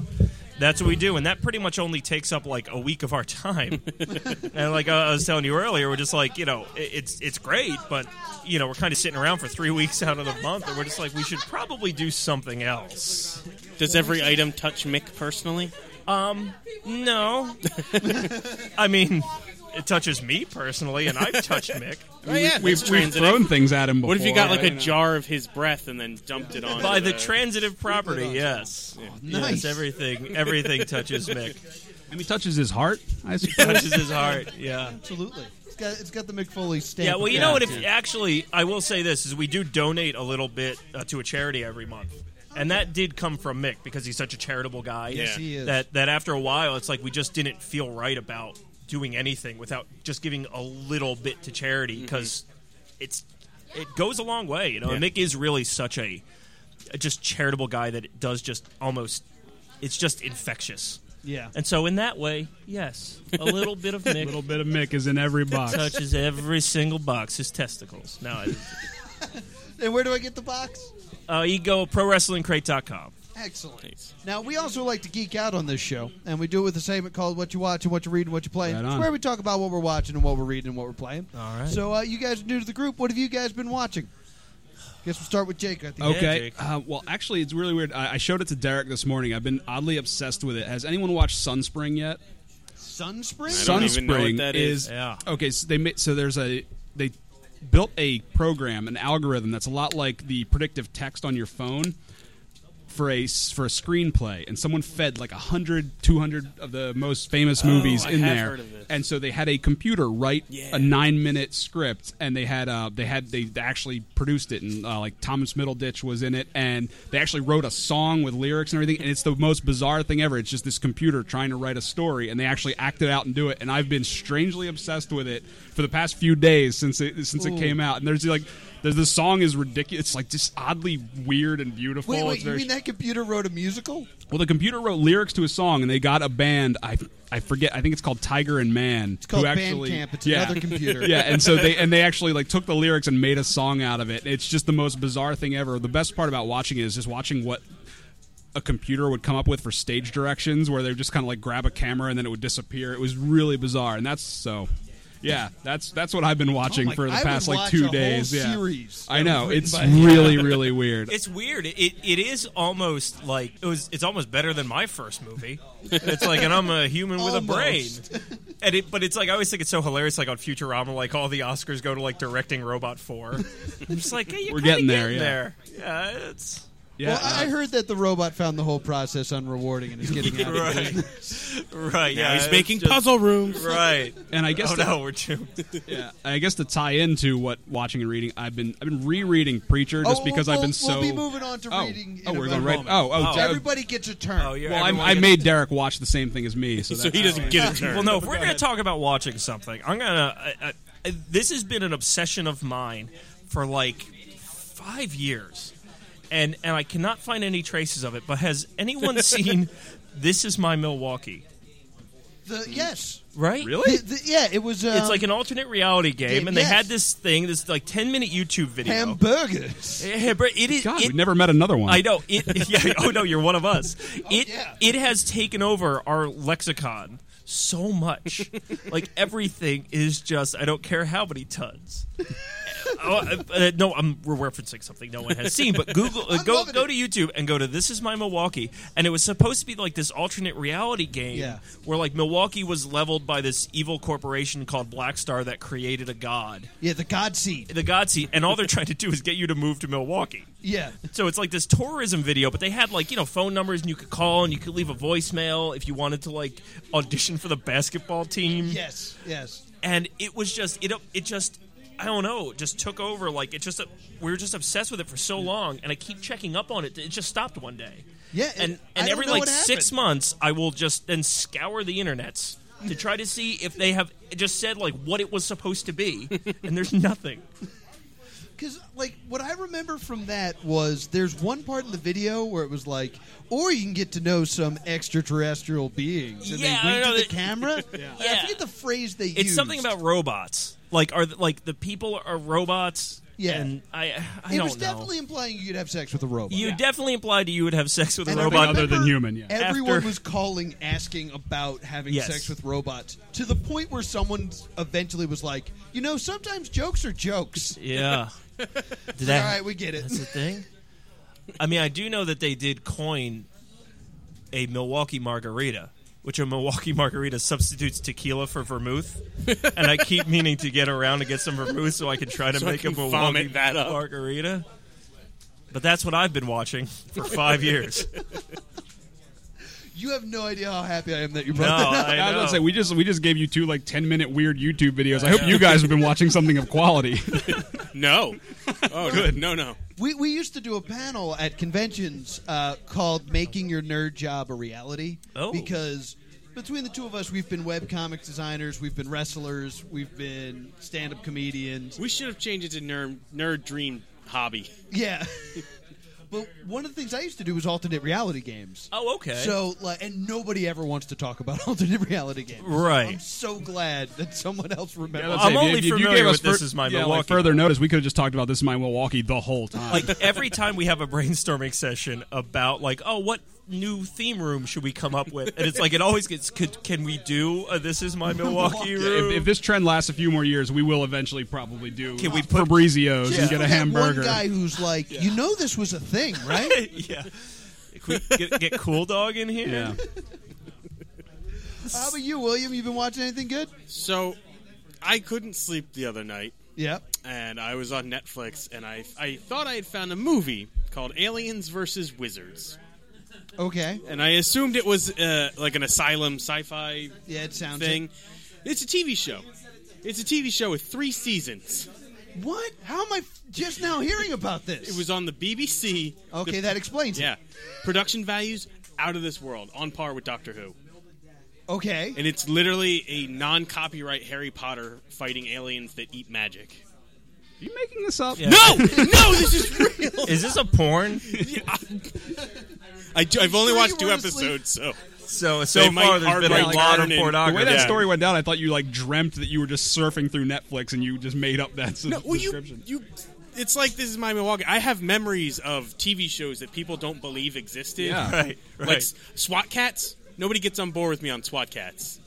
S6: that's what we do. And that pretty much only takes up like a week of our time. and like I was telling you earlier, we're just like you know it- it's it's great, but you know we're kind of sitting around for three weeks out of the month, and we're just like we should probably do something else.
S5: Does every item touch Mick personally?
S6: Um, No. I mean, it touches me personally, and I've touched Mick.
S5: Oh yeah,
S7: We've,
S5: that's
S7: we've
S5: transitive.
S7: thrown things at him before.
S5: What if you got like a
S7: know.
S5: jar of his breath and then dumped it on
S6: By the
S5: the
S6: transitive property, yes.
S4: nice.
S6: Yes, everything, everything touches Mick.
S7: And he touches his heart, I suppose.
S6: Touches his heart, yeah.
S4: Absolutely. It's got, it's got the McFoley stamp.
S6: Yeah, well,
S4: of
S6: you know what?
S4: guarantee.
S6: If actually, I will say this: is we do donate a little bit uh, to a charity every month, and that did come from Mick because he's such a charitable guy.
S5: Yes,
S4: he is.
S6: That that after a while, it's like we just didn't feel right about doing anything without just giving a little bit to charity because it's it goes a long way. You know, and
S5: Yeah.
S6: Mick is really such a, a just charitable guy that it does just almost it's just infectious.
S4: Yeah.
S6: And so in that way, yes, a little bit of Mick
S7: a little bit of Mick is in every box.
S6: touches every single box. His testicles. No, it-
S4: And where do I get the box?
S6: uh, you go prowrestlingcrate.com.
S4: Excellent.
S5: Nice.
S4: Now, we also like to geek out on this show, and we do it with a segment called What You Watch and What You Read and What You Play.
S7: Right
S4: It's
S7: on.
S4: where we talk about what we're watching and what we're reading and what we're playing.
S6: All right.
S4: So, uh, you guys are new to the group. What have you guys been watching? Guess we'll start with Jake. I think.
S7: Okay.
S6: Jake.
S7: uh, well, actually, it's really weird. I, I showed it to Derek this morning. I've been oddly obsessed with it. Has anyone watched Sunspring yet?
S4: Sunspring?
S5: I
S7: Sunspring
S5: don't even know what that is.
S6: Yeah.
S7: okay. So they ma- so there's a they built a program, an algorithm that's a lot like the predictive text on your phone for a s- for a screenplay, and someone fed like 100, 200 of the most famous movies
S5: Oh, I
S7: in
S5: have
S7: there,
S5: heard of this.
S7: and so they had a computer write
S5: Yeah.
S7: a nine minute script, and they had uh, they had they actually produced it, and uh, like Thomas Middleditch was in it, and they actually wrote a song with lyrics and everything, and it's the most bizarre thing ever. It's just this computer trying to write a story, and they actually act it out and do it, and I've been strangely obsessed with it for the past few days since it since it came out, and there's like. there's- The song is ridiculous. It's like just oddly weird and beautiful.
S4: Wait,
S7: It's
S4: wait, you
S7: very
S4: mean that computer wrote a musical?
S7: well, the computer wrote lyrics to a song, and they got a band. I I forget. I think it's called Tiger and Man. It's
S4: called Bandcamp. It's another computer.
S7: yeah, and so they and they actually like took the lyrics and made a song out of it. It's just the most bizarre thing ever. The best part about watching it is just watching what a computer would come up with for stage directions, where they would just kind of like grab a camera and then it would disappear. It was really bizarre, and that's so. Yeah, that's that's what I've been watching
S4: Oh my-
S7: for the
S4: I
S7: past
S4: would
S7: like
S4: watch a
S7: two
S4: whole
S7: days. yeah,
S4: series
S7: I
S4: that
S7: know
S4: was
S7: it's
S4: written by-
S7: really really weird.
S6: It's weird. It, it is almost like it was. It's almost better than my first movie. It's like, and I'm a human with a brain.
S4: Almost.
S6: And it, but it's like I always think it's so hilarious. Like on Futurama, like all the Oscars go to like directing Robot Four. I'm just like, yeah, you're
S7: We're
S6: kinda
S7: getting there,
S6: getting
S7: yeah.
S6: there. Yeah, it's
S7: yeah, uh,
S4: well, I I heard that the robot found the whole process unrewarding and is getting out of it.
S6: right, right.
S5: Now
S6: yeah,
S5: he's
S6: it's
S5: making
S6: just-
S5: puzzle rooms.
S6: Right.
S7: and I guess
S6: Oh
S7: the-
S6: no, we're too.
S7: Yeah, I guess to tie into what watching and reading, I've been I've been rereading Preacher just
S4: Oh,
S7: because
S4: we'll,
S7: I've been
S4: we'll
S7: so.
S4: be moving on to
S7: oh,
S4: reading.
S7: oh,
S4: in
S7: we're
S4: a
S7: going right.
S4: moment.
S7: Oh, oh,
S6: Oh.
S7: Jack-
S4: Everybody gets a turn.
S6: Oh, you're.
S7: well, I'm,
S6: everyone
S7: I
S6: gets-
S7: made Derek watch the same thing as me, so,
S5: So
S7: that's
S5: he doesn't get a turn.
S6: Well, no, if we're going to talk about watching something, I'm going to. Uh, this has been an obsession of mine for like five years, and and I cannot find any traces of it. But has anyone seen "This Is My Milwaukee"? Mm-hmm.
S4: The, yes.
S6: Right?
S4: The- the- yeah, it was. Um,
S6: It's like an alternate reality game, and they
S4: yes.
S6: had this thing, this like ten minute YouTube video.
S4: hamburgers.
S6: Yeah, but it is.
S7: God,
S6: it-
S7: we've never met another one.
S6: I know. It, yeah, oh no, you're one of us. It
S4: Oh, yeah.
S6: it has taken over our lexicon so much. like everything is just I don't care how many tons. oh, uh, uh, no, I'm we're referencing something no one has seen, but Google uh,
S4: I'm
S6: go
S4: loving
S6: go
S4: it.
S6: to YouTube and go to this is my Milwaukee, and it was supposed to be like this alternate reality game
S4: Yeah.
S6: where like Milwaukee was leveled by this evil corporation called Black Star that created a god,
S4: Yeah, the God Seed.
S6: the god seed, and all they're trying to do is get you to move to Milwaukee.
S4: Yeah.
S6: So it's like this tourism video, but they had like you know phone numbers and you could call and you could leave a voicemail if you wanted to like audition for the basketball team.
S4: Yes. Yes.
S6: And it was just it it just I don't know it just took over like it just we were just obsessed with it for so long and I keep checking up on it. It just stopped one day.
S4: Yeah,
S6: and
S4: it- I
S6: and
S4: don't
S6: every
S4: know
S6: like
S4: what
S6: six
S4: happened.
S6: months I will just then scour the internets to try to see if they have just said like what it was supposed to be and there's nothing.
S4: Because, like, what I remember from that was there's one part in the video where it was like, or you can get to know some extraterrestrial beings. And
S6: Yeah, I
S4: they wink
S6: know
S4: to the
S6: that-
S4: camera. yeah. I forget the phrase they used.
S6: It's something about robots. Like are the, like the people are robots.
S4: Yeah.
S6: and I I
S4: It
S6: don't
S4: was
S6: know.
S4: definitely implying you'd have sex with a robot.
S6: you definitely implied you would have sex with a
S4: And I
S6: robot.
S7: Other than
S4: remember
S7: human, yeah.
S4: Everyone
S6: After-
S4: was calling, asking about having
S6: Yes.
S4: sex with robots to the point where someone eventually was like, you know, sometimes jokes are jokes.
S6: yeah. Did
S4: All
S6: that,
S4: right, we get it.
S6: That's the thing. I mean, I do know that they did coin a Milwaukee margarita, which a Milwaukee margarita substitutes tequila for vermouth. and I keep meaning to get around to get some vermouth so I can try to
S5: So I
S6: make a
S5: can
S6: Milwaukee
S5: vomit that up.
S6: margarita. But that's what I've been watching for five years.
S4: You have no idea how happy I am that you
S6: No,
S4: brought that up.
S6: I
S7: I was
S6: know.
S7: gonna say we just we just gave you two like ten minute weird YouTube videos. I hope you guys have been watching something of quality.
S5: No. Oh, good. No, no.
S4: We, we used to do a panel at conventions uh, called Making Your Nerd Job a Reality.
S6: Oh.
S4: Because between the two of us, we've been web comic designers, we've been wrestlers, we've been stand up comedians.
S5: We should have changed it to nerd, nerd dream hobby.
S4: Yeah. but one of the things I used to do was alternate reality games.
S6: oh, okay.
S4: So, like, and nobody ever wants to talk about alternate reality games.
S6: Right.
S4: I'm so glad that someone else remembers.
S6: I'm only familiar with this
S7: fur-
S6: is my
S7: yeah, like,
S6: Milwaukee.
S7: further notice, we could have just talked about this is my Milwaukee the whole time.
S6: like every time we have a brainstorming session about like oh what new theme room should we come up with and it's like it always gets could can we do a this is my milwaukee
S7: Yeah,
S6: room
S7: if, if this trend lasts a few more years, we will eventually probably do uh,
S6: Can we put-
S7: Fabrizios
S6: Yeah.
S7: and get a
S4: That
S7: hamburger.
S4: One guy who's like, you know, this was a thing, right?
S6: yeah Can we get, get cool dog in here
S7: Yeah.
S4: How about you, William? You been watching anything good?
S5: So, I couldn't sleep the other night,
S4: Yeah.
S5: and I was on Netflix, and I, I thought I had found a movie called Aliens versus Wizards.
S4: Okay.
S5: And I assumed it was uh, like an asylum sci fi
S4: Yeah, it sounds
S5: thing. It's a TV show. It's a TV show with three seasons.
S4: What? How am I f- just now hearing about this?
S5: It was on the BBC.
S4: okay.
S5: The-
S4: that explains
S5: Yeah.
S4: it.
S5: Production values out of this world, on par with Doctor Who.
S4: Okay.
S5: And it's literally a non copyright Harry Potter fighting aliens that eat magic.
S7: Are you making this up?
S5: Oh, No! no, this is real!
S6: is this a porn
S5: I do, I've only
S4: sure
S5: watched
S4: you
S5: two
S4: were asleep?
S5: episodes, so.
S6: so so
S5: They might
S6: far there's been a
S5: hardly
S6: lot of
S5: turn in-
S7: The way
S6: pornography
S7: that
S5: Yeah.
S7: story went down, I thought you like dreamt that you were just surfing through Netflix and you just made up that
S5: No, well, you,
S7: description.
S5: you. It's like this is my Milwaukee. I have memories of TV shows that people don't believe existed.
S7: Yeah.
S6: right right
S5: Like SWAT cats. Nobody gets on board with me on SWAT cats.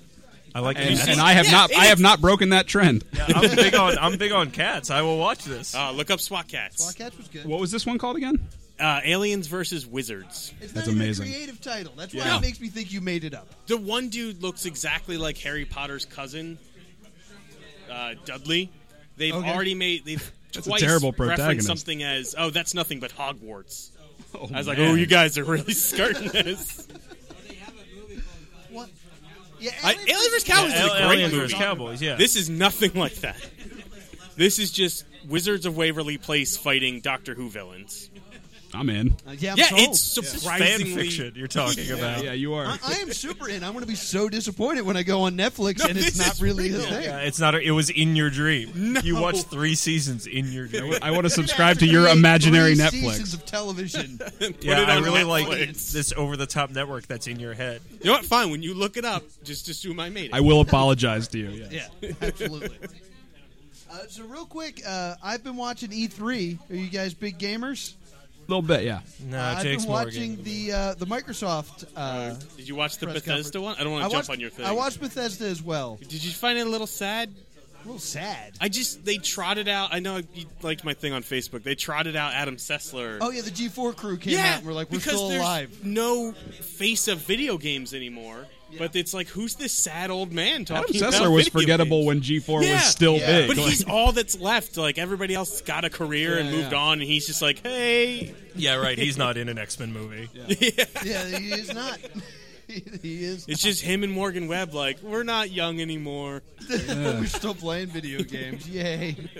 S6: i like
S7: and,
S6: cats.
S7: and I have
S5: Yeah,
S7: not,
S5: it
S7: I have
S5: is.
S7: not broken that trend.
S6: i'm big on i'm big on cats i will watch this
S5: Uh, look up SWAT cats.
S4: Podcast was good.
S7: What was this one called again?
S5: Uh, aliens versus wizards.
S4: it's
S7: That's
S4: not even
S7: amazing.
S4: a creative title. That's why
S5: Yeah.
S4: it makes me think you made it up.
S5: The one dude looks exactly like Harry Potter's cousin, uh, Dudley. They've
S4: Okay.
S5: already made they've
S7: That's a
S5: twice
S7: terrible
S5: referenced
S7: protagonist.
S5: something as oh that's nothing but Hogwarts.
S7: Oh,
S5: I was like,
S7: man.
S5: oh, you guys are really skirting this.
S4: What? Yeah.
S5: I- Alien vs. Cowboys
S6: Al-
S5: is a great
S6: aliens
S5: movie.
S6: versus cowboys yeah
S5: This is nothing like that. This is just Wizards of Waverly Place fighting Doctor Who villains.
S7: I'm in.
S4: Uh, yeah. I'm
S5: yeah,
S4: sold.
S5: it's
S6: fan
S5: surprisingly.
S6: fiction you're talking
S5: uh,
S6: about
S7: Yeah, you are.
S5: uh-uh.
S4: I, I am super in. I'm going to be so disappointed when I go on Netflix
S5: No,
S4: and it's
S5: this
S4: not
S5: is
S4: really a
S5: real.
S4: thing.
S6: Yeah, it's not. A, it was in your dream. You watched three seasons in your dream.
S7: I want to subscribe to your imaginary
S4: Three
S7: Netflix.
S4: Seasons of television.
S6: yeah,
S5: it
S6: I
S5: on
S6: really like
S5: Netflix.
S6: this over-the-top network that's in your head.
S5: You know what? Fine. When you look it up, just assume I made it.
S7: I will apologize to you. yes.
S4: yeah. Absolutely. Uh, so real quick, uh, I've been watching E3. Are you guys big gamers?
S7: a little bit. Yeah,
S6: No,
S5: Uh,
S4: I've been watching the uh, the Microsoft. Uh,
S5: Did you watch the
S4: press conference.
S5: Bethesda one? I don't want
S4: I
S5: to jump
S4: watched,
S5: on your thing.
S4: I watched Bethesda as well.
S5: Did you find it a little sad?
S4: A little sad.
S5: I just they trotted out. I know you liked my thing on Facebook. They trotted out Adam Sessler.
S4: oh yeah, the G4 crew came
S5: yeah,
S4: out and we're like, we're
S5: because
S4: still
S5: there's
S4: alive.
S5: no face of video games anymore. But it's like, who's this sad old man
S7: Adam
S5: talking?
S7: Sessler
S5: about
S7: was
S5: video
S7: forgettable
S5: games?
S7: when G4
S5: Yeah.
S7: was still
S4: Yeah.
S7: big.
S5: But
S7: Like-
S5: he's all that's left. Like everybody else got a career and
S4: Yeah,
S5: moved
S4: yeah.
S5: on, and he's just like, hey,
S6: Yeah, right. He's not in an X-Men movie.
S4: yeah, he is not. he is.
S5: it's just him and Morgan Webb. Like we're not young anymore,
S4: we're still playing video games. Yay.
S5: and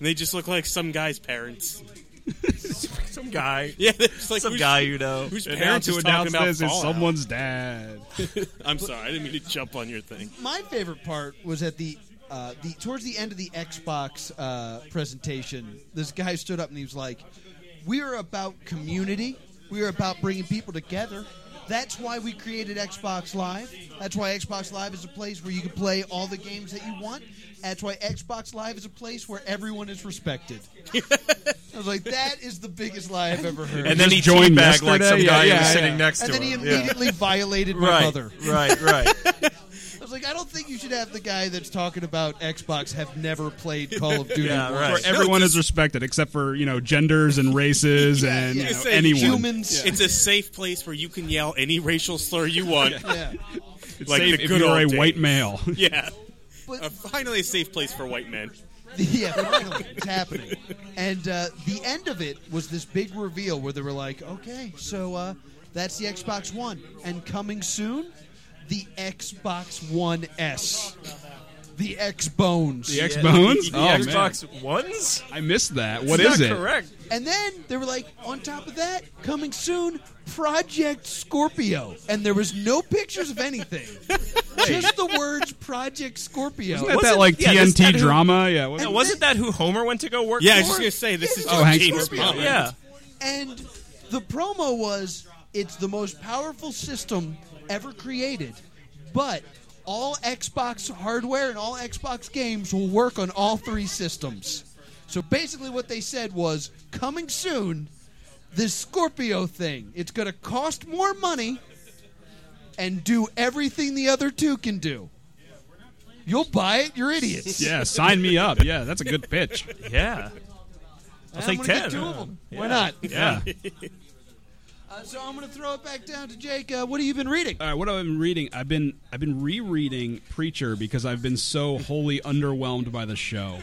S5: they just look like some guy's parents.
S6: Some guy.
S5: Yeah, they're just like
S6: Some
S5: who's-
S6: guy you know.
S5: Who's
S7: And now
S5: parents
S7: to
S5: is talking
S7: announce
S5: about
S7: this is
S5: Fallout?
S7: someone's dad.
S5: I'm sorry, I didn't mean to jump on your thing.
S4: My favorite part was at the uh, the towards the end of the Xbox uh, presentation, this guy stood up and he was like, "We're about community. We're about bringing people together. That's why we created Xbox Live. That's why Xbox Live is a place where you can play all the games that you want. That's why Xbox Live is a place where everyone is respected." I was like, "That is the biggest lie I've ever heard."
S9: And then he
S7: just joined
S9: teabagged like some
S7: yesterday?
S9: guy
S7: Yeah,
S9: who was
S7: yeah,
S9: sitting
S7: yeah.
S9: next to
S4: and then he
S9: him.
S4: immediately violated my
S9: yeah.
S4: mother.
S9: right, right, right.
S4: I was like, I don't think you should have the guy that's talking about Xbox have never played Call of Duty.
S9: Yeah,
S4: once.
S9: right.
S7: Where everyone is respected except for you know genders and races and you
S4: yeah.
S7: know,
S5: Say
S7: anyone.
S4: Humans.
S5: It's a safe place where you can yell any racial slur you want.
S4: Yeah.
S7: It's
S5: like
S7: safe
S5: the
S7: if
S5: good
S7: you're
S5: old
S7: a
S5: days.
S7: white male.
S5: Yeah.
S4: But-
S5: Uh, finally, a safe place for white men.
S4: Yeah, finally, it's happening. And uh, the end of it was this big reveal where they were like, okay, so uh, that's the Xbox One. And coming soon, the Xbox One S. The X Bones.
S7: The X Bones.
S9: The
S7: oh man,
S9: Xbox Ones?
S7: I missed that. What
S9: That's
S7: is
S9: not
S7: it?
S9: correct.
S4: And then they were like, on top of that, coming soon, Project Scorpio. And there was no pictures of anything. Just the words Project Scorpio.
S7: Isn't that,
S9: Wasn't-
S7: that like
S9: yeah, this- that
S7: TNT
S9: who-
S7: drama? Yeah. what-
S9: Now, wasn't that who Homer went to go work
S5: Yeah, I
S9: for?
S5: was just going to say, this is
S4: Oh,
S5: just
S7: Hank
S5: James
S7: Scorpio.
S5: Bond.
S9: Yeah.
S4: And the promo was it's the most powerful system ever created, but all Xbox hardware and all Xbox games will work on all three systems. So basically, what they said was coming soon, this Scorpio thing. It's going to cost more money and do everything the other two can do. You'll buy it, you're idiots.
S7: Yeah, sign me up. Yeah, that's a good pitch.
S9: Yeah.
S4: I'll
S9: take 10.
S4: Get two of them. Why
S9: Yeah.
S4: not?
S7: Yeah.
S4: Uh, so I'm going to throw it back down to Jake. Uh, what have you been reading?
S7: All right, what I've been reading, I've been I've been rereading Preacher because I've been so wholly underwhelmed by the show.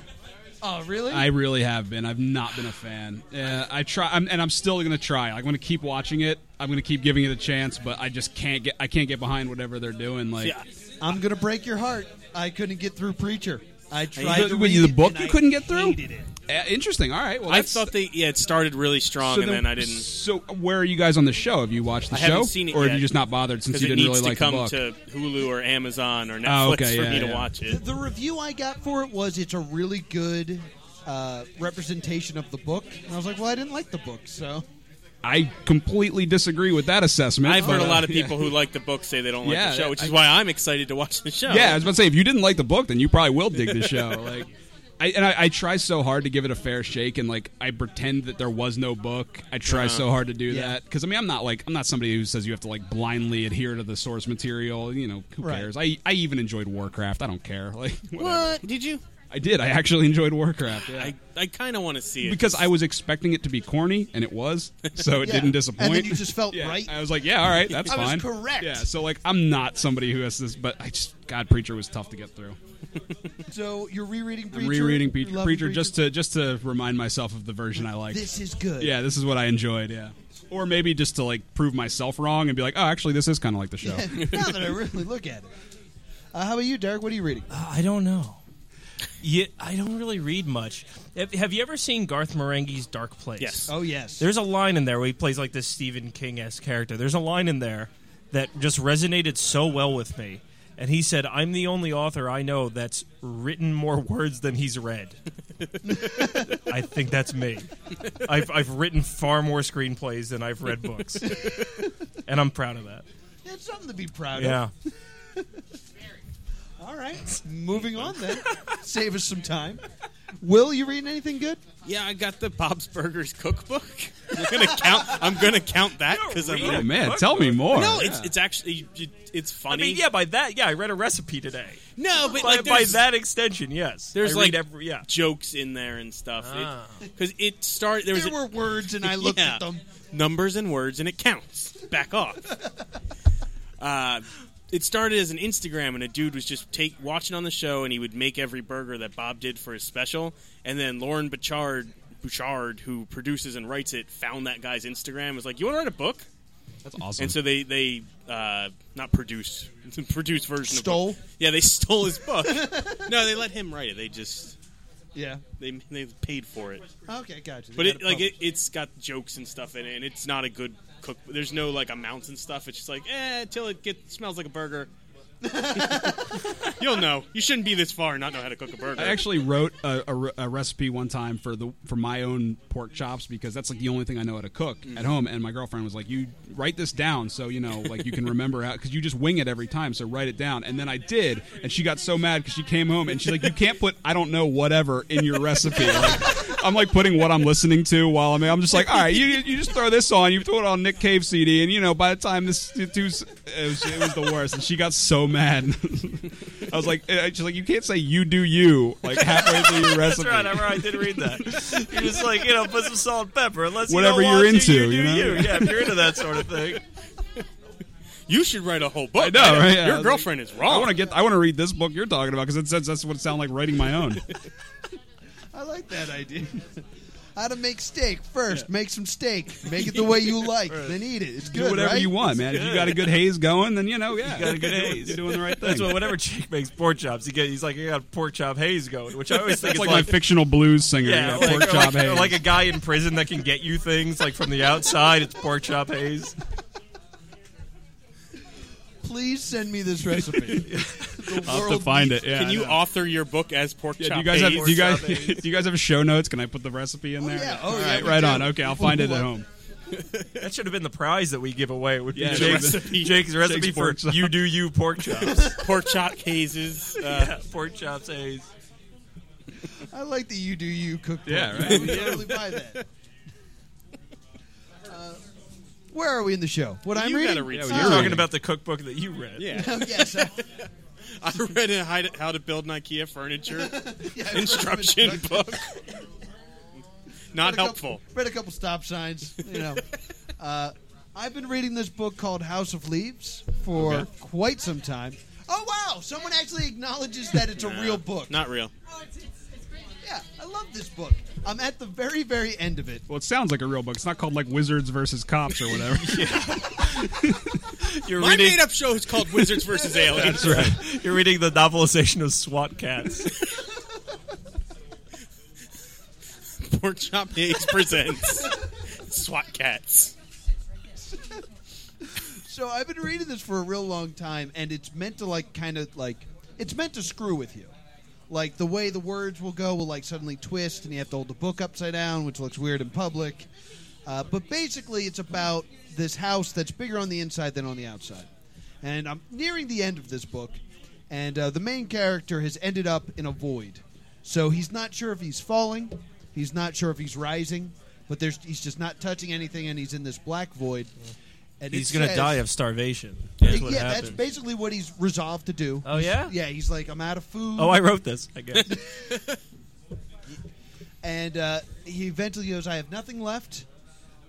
S4: Oh, really?
S7: I really have been. I've not been a fan. Uh, I try, I'm, and I'm still going to try. I'm going to keep watching it. I'm going to keep giving it a chance, but I just can't get I can't get behind whatever they're doing. Like,
S5: Yeah.
S4: I'm gonna break your heart. I couldn't get through Preacher. I tried
S7: the,
S4: to
S7: wait,
S4: read
S7: the
S4: it
S7: book
S4: and
S7: you
S4: I
S7: couldn't get through.
S4: hated it.
S7: Uh, interesting. All right. Well,
S5: I
S7: that's-
S5: thought they, yeah, it started really strong,
S7: so
S5: and then I didn't.
S7: So where are you guys on the show? Have you watched the
S5: I
S7: show,
S5: haven't seen it
S7: or have
S5: yet.
S7: you just not bothered since
S5: Because
S7: you
S5: it
S7: didn't
S5: needs
S7: really
S5: to
S7: like the
S5: come
S7: book?
S5: to Hulu or Amazon or Netflix
S7: Oh, okay,
S5: for
S7: yeah,
S5: me to
S7: yeah.
S5: watch it.
S4: The review I got for it was it's a really good uh, representation of the book, and I was like, well, I didn't like the book, so
S7: I completely disagree with that assessment.
S5: I've heard
S7: but,
S5: a
S7: uh,
S5: lot of
S7: yeah.
S5: people who like the book say they don't like
S7: Yeah,
S5: the show, which is
S7: I-
S5: why I'm excited to watch the show.
S7: Yeah, I was about to say if you didn't like the book, then you probably will dig the show. Like, I and I, I try so hard to give it a fair shake, and like I pretend that there was no book. I
S5: Uh-huh.
S7: try so hard to do
S4: Yeah.
S7: that because I mean I'm not like I'm not somebody who says you have to like blindly adhere to the source material. You know who
S4: Right.
S7: cares? I I even enjoyed Warcraft. I don't care. Like whatever.
S5: What did you?
S7: I did. I actually enjoyed Warcraft. Yeah.
S5: I, I kind of want to see it
S7: because I was expecting it to be corny, and it was, so it
S4: Yeah.
S7: didn't disappoint.
S4: And then you just felt
S7: Yeah. uh,
S4: right.
S7: I was like, yeah, all right, that's
S4: I was
S7: fine.
S4: correct.
S7: Yeah, so like, I'm not somebody who has this, but I just, God, Preacher was tough to get through.
S4: so you're rereading
S7: I'm
S4: Preacher,
S7: rereading
S4: You're
S7: Preacher, Preacher,
S4: loving
S7: just to just to remind myself of the version I like.
S4: this is good.
S7: yeah, this is what I enjoyed. Yeah, or maybe just to like prove myself wrong and be like, oh, actually, this is kind of like the show.
S4: now that I really look at it. Uh, how about you, Derek? What are you reading?
S5: Uh,
S9: I don't know. Yeah, I don't really read much. Have, have you ever seen Garth Marenghi's Dark Place?
S5: Yes.
S4: Oh yes,
S9: There's a line in there where he plays like this Stephen King esque character. There's a line in there that just resonated so well with me. And he said, I'm the only author I know that's written more words than he's read. I think that's me. I've, I've written far more screenplays than I've read books. and I'm proud of that.
S4: it's something to be proud
S9: Yeah.
S4: of. All right, moving on then. Save us some time. Will you reading anything good?
S5: Yeah, I got the Bob's Burgers cookbook. I'm gonna count. I'm gonna count that because I'm.
S7: oh man, tell me more.
S5: No, it's it's actually it's
S9: I
S5: funny.
S9: mean, yeah, by that, yeah, I read a recipe today.
S5: No, but
S9: by,
S5: like
S9: by
S5: there's-
S9: that extension, yes.
S5: there's
S9: I read
S5: like
S9: every, yeah.
S5: jokes in there and stuff. Because it, started there was
S4: There
S5: a-
S4: were words, and I looked
S5: Yeah.
S4: at them.
S5: numbers and words, and it counts. Back off. uh, it started as an Instagram, and a dude was just take watching on the show, and he would make every burger that Bob did for his special, and then Lauren Bouchard, Bouchard, who produces and writes it, found that guy's Instagram, and was like, "You want to write a book?"
S7: that's awesome.
S5: And so they they uh, not produce produced version
S4: Stole?
S5: of book. yeah they stole his book. no, they let him write it. They just
S4: Yeah.
S5: they they paid for it.
S4: Okay, gotcha. They
S5: But
S4: got
S5: it, like it,
S4: published.
S5: it's got jokes and stuff in it, and it's not a good cook. There's no like amounts and stuff. It's just like eh, till it get smells like a burger. You'll know. You shouldn't be this far and not know how to cook a burger.
S7: I actually wrote a, a re- a recipe one time for the for my own pork chops because that's like the only thing I know how to cook at home. And my girlfriend was like, "You write this down so you know like you can remember how because you just wing it every time. So write it down." And then I did, and she got so mad because she came home and she's like, "You can't put I don't know whatever in your recipe." Like, I'm like putting what I'm listening to while I'm I'm just like, "All right, you you just throw this on, you throw it on Nick Cave CD, and you know by the time this it was, it was the worst." And she got so mad. I was like, she's like, you can't say you do you like halfway through your recipe.
S6: That's right. I, remember I did read that. You're just like, you know, put some salt and pepper. Unless
S7: Whatever
S6: you don't
S7: you're
S6: want to,
S7: into,
S6: you, do
S7: you know?
S6: you. Yeah, if you're into that sort of thing.
S5: you should write a whole book. I
S7: know, right? Yeah, I
S5: Your
S7: was
S5: girlfriend is wrong.
S7: I want to get. I want to read this book you're talking about because it says that's what it sounds like writing my own.
S4: I like that idea. How to make steak first? Make some steak. Make it the way you like. Then eat it. It's good.
S7: Do whatever
S4: right?
S7: you want, man. If you got a good haze going, then you know, yeah,
S6: You got a good haze.
S7: You're doing the right thing.
S6: That's what whenever Jake makes pork chops, he get, he's like, I got a pork chop haze going, which I always think
S7: That's
S6: is
S7: like, my fictional blues singer.
S6: yeah,
S7: Yeah,
S6: like,
S7: pork chop
S6: like,
S7: haze.
S6: like a guy in prison that can get you things like from the outside. It's pork chop haze.
S4: Please send me this recipe.
S7: I'll have to find it. Yeah,
S5: Can
S7: I
S5: you
S7: know.
S5: author your book as pork
S7: Yeah,
S5: chop
S7: do you guys have?
S5: Hayes?
S7: Do you guys?
S6: Pork chop haze.
S7: Do you guys have show notes? Can I put the recipe in there?
S4: yeah. Oh,
S7: All
S4: yeah,
S7: right,
S4: we
S7: right
S4: do.
S7: on. Okay, I'll find it at home.
S6: That should have been the prize that we give away. Would be
S7: Yeah,
S6: Jake's,
S7: recipe.
S6: Jake's recipe
S7: Jake's
S6: for
S7: pork chop.
S6: you do you pork chops.
S5: pork chop hazes? Uh,
S6: yeah, pork chops haze.
S4: I like the you do you cookbook.
S7: Yeah, right.
S4: I would totally buy that. Uh, where are we in the show? What I'm
S5: you
S4: reading? Oh,
S5: gotta read.
S7: Yeah,
S5: some.
S7: well,
S6: You're
S7: you're
S6: talking
S7: reading.
S6: about the cookbook that you read.
S5: Yeah,
S4: yes. I-
S5: I read in how to, how to build an IKEA furniture
S4: yeah, I
S5: instruction book.
S4: read
S5: Not
S4: a couple-
S5: helpful.
S4: read a couple stop signs. You know, uh, I've been reading this book called House of Leaves for quite some time. Oh wow! Someone actually acknowledges that it's a real book.
S5: Not real.
S4: Yeah, I love this book. I'm at the very, very end of it.
S7: Well, it sounds like a real book. It's not called like Wizards versus Cops or whatever.
S6: You're
S5: My
S6: reading
S5: made-up show is called Wizards versus Aliens.
S7: That's right.
S6: You're reading the novelization of SWAT cats.
S5: Pork Chop Hayes presents SWAT Cats.
S4: So I've been reading this for a real long time, and it's meant to like kind of like it's meant to screw with you. Like the way the words will go will like suddenly twist, and you have to hold the book upside down, which looks weird in public. Uh, but basically, it's about this house that's bigger on the inside than on the outside. And I'm nearing the end of this book, and uh, the main character has ended up in a void. So he's not sure if he's falling, he's not sure if he's rising, but there's he's just not touching anything, and he's in this black void. And
S6: He's
S4: it
S6: gonna
S4: says-
S6: die of starvation.
S4: yeah,
S6: That's what
S4: that's
S6: happened.
S4: basically what he's resolved to do.
S6: Oh,
S4: He's-
S6: yeah?
S4: yeah. He's like, I'm out of food.
S6: Oh, I wrote this. I guess.
S4: and uh, he eventually goes, I have nothing left.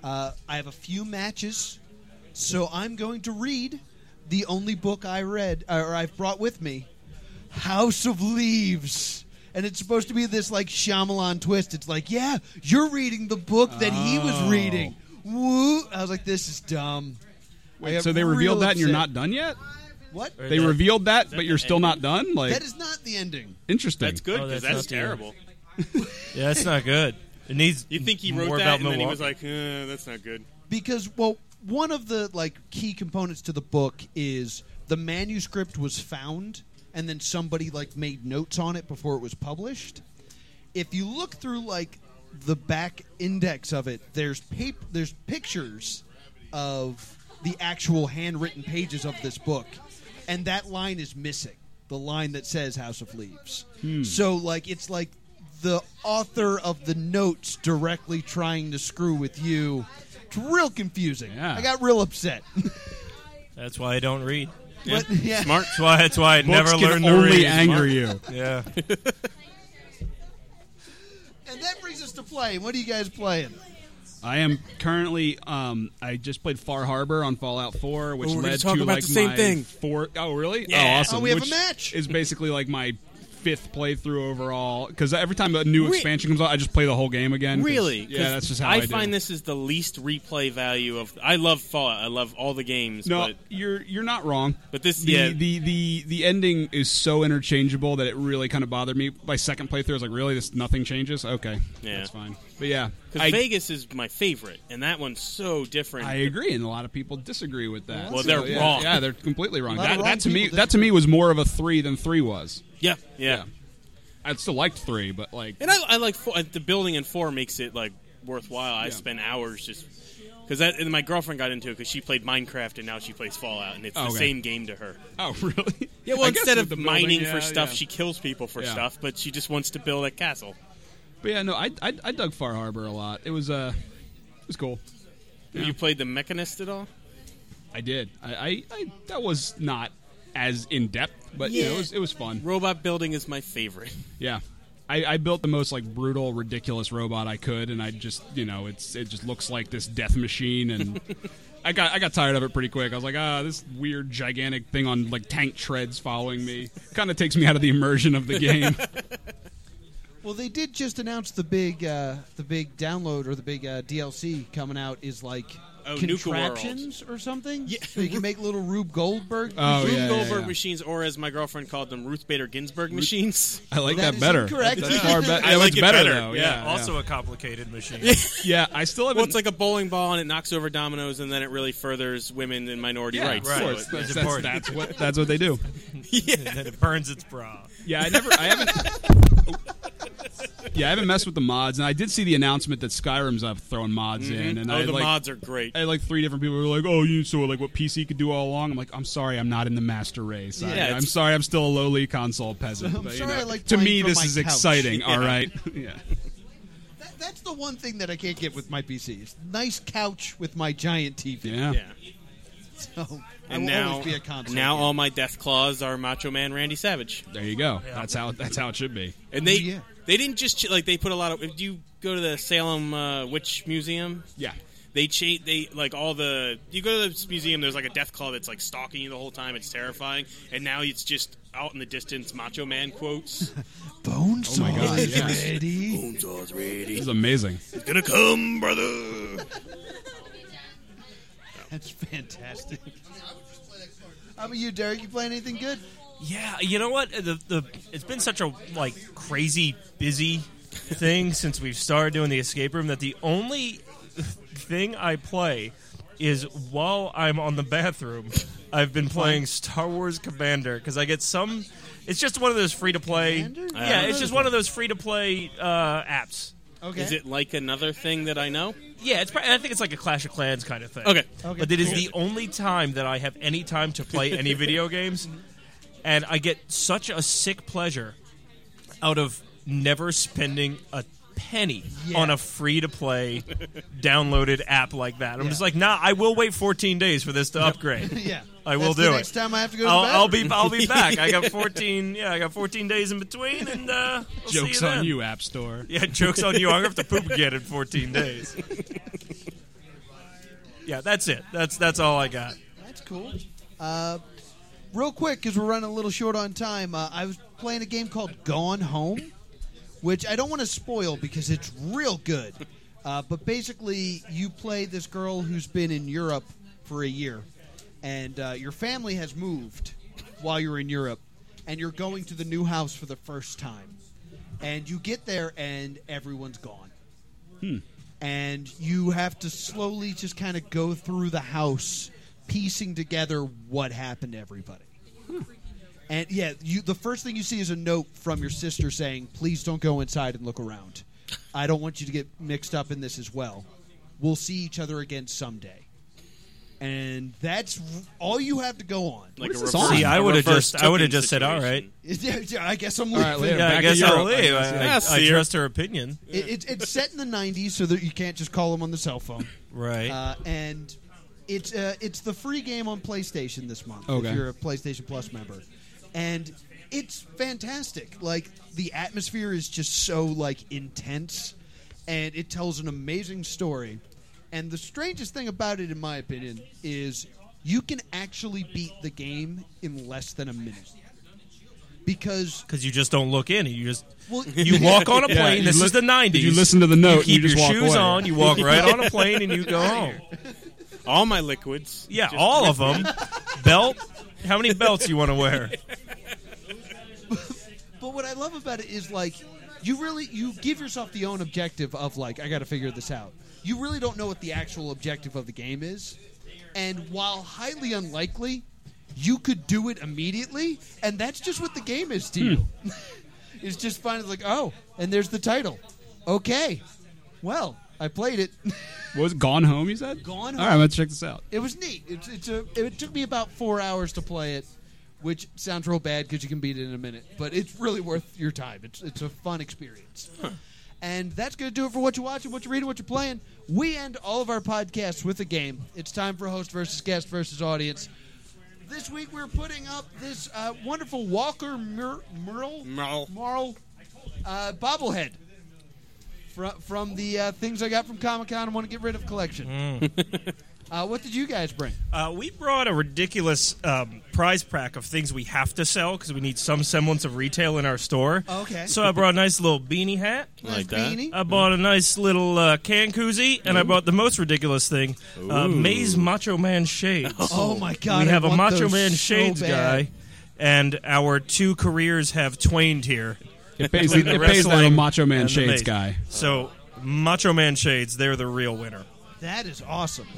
S4: Uh, I have a few matches, so I'm going to read the only book I read uh, or I've brought with me, House of Leaves. And it's supposed to be this like Shyamalan twist. It's like, yeah, you're reading the book that he was
S7: Oh.
S4: reading. Woo! I was like, this is dumb. I
S7: Wait,
S4: got
S7: so they
S4: real
S7: revealed that and you're
S4: upset.
S7: not done yet?
S4: what?
S7: They revealed that, but you're still not done. Like
S4: That is not the ending.
S7: interesting.
S5: That's good
S6: Oh,
S5: because
S6: that's not
S5: that's,
S6: the-
S5: terrible.
S6: Yeah, that's not good. It needs.
S5: You think he wrote
S6: more
S5: that
S6: about
S5: and then he
S6: Milwaukee.
S5: was like, eh, "That's not good."
S4: because well one of the like key components to the book is the manuscript was found and then somebody like made notes on it before it was published if you look through like the back index of it there's paper there's pictures of the actual handwritten pages of this book and that line is missing the line that says house of leaves so like it's like the author of the notes directly trying to screw with you it's real confusing
S7: Yeah.
S4: i got real upset
S6: That's why I don't read.
S4: but yeah
S5: Smart.
S6: That's why. That's why I
S7: Books
S6: never
S7: can
S6: learned to
S7: only
S6: read.
S7: anger you.
S6: Yeah.
S4: and that brings us to playing what are you guys playing
S7: I am currently. Um, I just played Far Harbor on Fallout Four, which
S5: Oh, we're gonna
S7: led
S5: talk
S7: to
S5: about
S7: like
S5: the same
S7: my
S5: thing.
S7: four oh really?
S5: Yeah.
S7: Oh, awesome.
S4: Oh, we have a
S7: Which
S4: match.
S7: Is basically like my fifth playthrough overall because every time a new expansion comes out, I just play the whole game again. 'cause-
S5: Really?
S7: Yeah, that's just how
S5: I,
S7: do.
S5: find this is the least replay value of. I love Fallout. I love all the games.
S7: No,
S5: but
S7: you're you're not wrong.
S5: But this-
S7: the,
S5: yeah.
S7: the the the ending is so interchangeable that it really kind of bothered me. My second playthrough, I was like, really, this nothing changes. Okay,
S5: Yeah.
S7: that's fine. But yeah,
S5: Because
S7: I,
S5: Vegas is my favorite, and that one's so different.
S7: I agree, and a lot of people disagree with that.
S5: Well,
S7: So,
S5: they're
S7: yeah,
S5: wrong.
S7: Yeah, they're completely wrong.
S4: A lot of
S7: That,
S4: wrong
S7: that to me,
S4: people
S7: that to me was more of a three than three was.
S5: yeah, yeah,
S7: I still liked three, but like
S5: And I, I like four, the building in four makes it like worthwhile. I
S7: Yeah.
S5: spend hours just because that. And my girlfriend got into it because she played Minecraft and now she plays Fallout, and it's
S7: Oh,
S5: the
S7: okay.
S5: same game to her.
S7: oh really?
S5: Yeah, well,
S7: I guess
S5: instead
S7: with
S5: of
S7: the building,
S5: mining
S7: yeah,
S5: for stuff,
S7: yeah.
S5: she kills people for
S7: Yeah.
S5: stuff, but she just wants to build a castle.
S7: But yeah, no, I, I I dug Far Harbor a lot. It was uh, it was cool.
S5: Have you played the Mechanist at all?
S7: I did. I, I, I that was not as in depth, but you know, it was it was fun.
S5: Robot building is my favorite.
S7: Yeah. I, I built the most like brutal, ridiculous robot I could, and I just you know it's it just looks like this death machine, and I got I got tired of it pretty quick. I was like, ah, this weird gigantic thing on like tank treads following me kind of takes me out of the immersion of the game.
S4: Well, they did just announce the big, uh, the big download or the big uh, DLC coming out is like
S5: Oh, Nuka World.
S4: contraptions or something. Yeah. So you can make little Rube Goldberg.
S7: Oh,
S5: Rube
S7: yeah, yeah,
S5: Goldberg
S7: yeah.
S5: machines, or as my girlfriend called them, Ruth Bader Ginsburg machines.
S7: I like
S4: That
S7: that,
S4: is
S7: better.
S4: incorrect.
S7: That's far be- yeah,
S6: like
S7: it's
S6: it
S7: better, though. Yeah, yeah.
S6: also a complicated machine.
S7: yeah. I still haven't.
S5: Well, it's like a bowling ball, and it knocks over dominoes, and then it really furthers women and minority
S7: yeah,
S5: rights.
S7: Of
S6: right.
S5: So
S7: course.
S5: it-
S7: That's,
S6: It's
S7: that's,
S6: important.
S7: that's what that's what they do.
S6: and then it burns its bra.
S7: Yeah, I never, I haven't. yeah, I haven't messed with the mods, and I did see the announcement that Skyrim's up throwing mods in, and
S5: oh,
S7: I had,
S5: the
S7: like,
S5: mods are great.
S7: I had like three different people who were like, "Oh, you so like what PC could do all along." I'm like, "I'm sorry, I'm not in the master race.
S5: Yeah,
S7: I,
S5: it's-
S7: am sorry, I'm still a lowly console peasant."
S4: I'm
S7: but, you
S4: sorry
S7: know,
S4: I like
S7: to
S4: playing
S7: me,
S4: from
S7: this
S4: my
S7: is
S4: couch.
S7: exciting. All right, yeah,
S4: That- that's the one thing that I can't get with my PC. It's nice couch with my giant TV.
S7: yeah.
S5: yeah.
S4: So I
S5: And
S4: will
S5: now,
S4: always be a console.
S5: now
S4: kid.
S5: all my death claws are Macho Man Randy Savage,
S7: There you go. That's how that's how it should be.
S5: and they
S4: Oh, yeah.
S5: they didn't just ch- like they put a lot of. If you go to the Salem uh, Witch Museum,
S7: Yeah,
S5: they cha- they like all the you go to this museum there's like a death claw that's like stalking you the whole time it's terrifying and now it's just out in the distance macho man quotes
S4: bone saw
S7: God,
S4: is
S7: yeah.
S4: ready.
S7: this is amazing.
S5: it's gonna come brother
S4: That's fantastic. How about you, Derek? You playing anything good?
S6: Yeah, you know what? The, the it's been such a like crazy busy thing since we've started doing the escape room that the only thing I play is while I'm on the bathroom. I've been playing Star Wars Commander because I get some. It's just one of those free to play.
S4: Commander?
S6: Yeah, it's just one of those free to play uh, apps.
S4: Okay.
S5: is it like another thing that i know
S6: Yeah, it's. pro- I think it's like a Clash of Clans kind of thing.
S5: Okay.
S4: Okay,
S6: But it is
S4: cool.
S6: the only time that I have any time to play any video games, and I get such a sick pleasure out of never spending a penny
S4: Yeah.
S6: on a free to play downloaded app like that. I'm
S4: Yeah.
S6: just like, nah. I will wait 14 days for this to upgrade.
S4: Yeah.
S6: I will
S4: That's the
S6: do it.
S4: Next time I have to go to the
S6: I'll, I'll
S4: bathroom.
S6: be I'll be back. I got 14. Yeah, I got 14 days in between, and uh, we'll see
S7: Jokes
S6: you
S7: on
S6: then.
S7: you, App Store.
S6: Yeah, jokes on you. I'm gonna have to poop again in 14 days. Yeah, that's it. That's that's all I got.
S4: That's cool. Uh, real quick, because we're running a little short on time, uh, I was playing a game called Gone Home, which I don't want to spoil because it's real good. Uh, but basically, you play this girl who's been in Europe for a year, and uh, your family has moved while you're in Europe, and you're going to the new house for the first time. And you get there, and everyone's gone and you have to slowly just kind of go through the house piecing together what happened to everybody and yeah you the first thing you see is a note from your sister saying please don't go inside and look around i don't want you to get mixed up in this as well we'll see each other again someday and that's r- all you have to go on
S5: like
S7: is
S5: a
S7: this
S5: reverse,
S7: on? See,
S6: I
S5: a
S6: would've
S5: reverse
S6: just- I would've
S5: token
S6: just said, all
S5: situation.
S4: yeah, yeah, i guess i'm
S7: All
S4: leaving
S7: right, later.
S6: Yeah,
S7: back
S6: I guess
S7: to Europe.
S6: I'll leave.
S7: guess, yeah.
S6: I, I
S5: see her.
S6: trust her opinion.
S4: It, it, it's set in the 90s so that you can't just call them on the cell phone
S6: Right.
S4: uh, and it's uh, it's the free game on PlayStation this month.
S7: Okay.
S4: If you're a PlayStation Plus member, and it's fantastic. Like the atmosphere is just so like intense, and it tells an amazing story. And the strangest thing about it, in my opinion, is you can actually beat the game in less than a minute because
S6: Because you just don't look in. You just
S4: well,
S6: you walk on a
S7: Yeah,
S6: plane.
S7: you
S6: this
S7: lis-
S6: is the 90s.
S7: you listen to the note
S6: You
S7: and you
S6: keep
S7: just
S6: your
S7: walk
S6: shoes
S7: away.
S6: on. You walk right on a plane and you go home.
S5: all my liquids
S6: Yeah,
S5: Just-
S6: all of them. Belt. How many belts you want to wear?
S4: But what I love about it is like you really you give yourself the own objective of like I got to figure this out. You really don't know what the actual objective of the game is, and while highly unlikely, you could do it immediately, and that's just what the game is to you. it's just finding like oh, and there's the title. Okay, well I played it.
S7: What was it, Gone Home? You said
S4: Gone
S7: All right,
S4: Home.
S7: I'm gonna check this out.
S4: it was neat. It's, it's a, it took me about four hours to play it, which sounds real bad because you can beat it in a minute, but it's really worth your time. It's it's a fun experience. And that's going to do it for what you're watching, what you're reading, what you're playing. We end all of our podcasts with a game. It's time for host versus guest versus audience. This week we're putting up this uh, wonderful Walker Mur- Merle
S5: Merle.
S4: Merle, uh, bobblehead from from the uh, things I got from Comic Con and want to get rid of collection. uh, what did you guys bring?
S6: Uh, we brought a ridiculous um, prize pack of things we have to sell because we need some semblance of retail in our store.
S4: Okay.
S6: So I brought a nice little beanie hat.
S4: Nice
S5: like that?
S4: beanie.
S6: I bought a nice little uh, can koozie, and I bought the most ridiculous thing: uh, Maze Macho Man shades.
S4: Oh my god!
S6: we
S4: I
S6: have a
S4: want
S6: Macho
S4: those
S6: Man
S4: so
S6: shades
S4: bad.
S6: guy, and our two careers have twained here.
S7: It pays, it
S6: The
S7: pays like a
S6: wrestling
S7: Macho Man
S6: and the
S7: Shades
S6: maze.
S7: guy.
S6: So Macho Man shades, they're the real winner.
S4: That is awesome.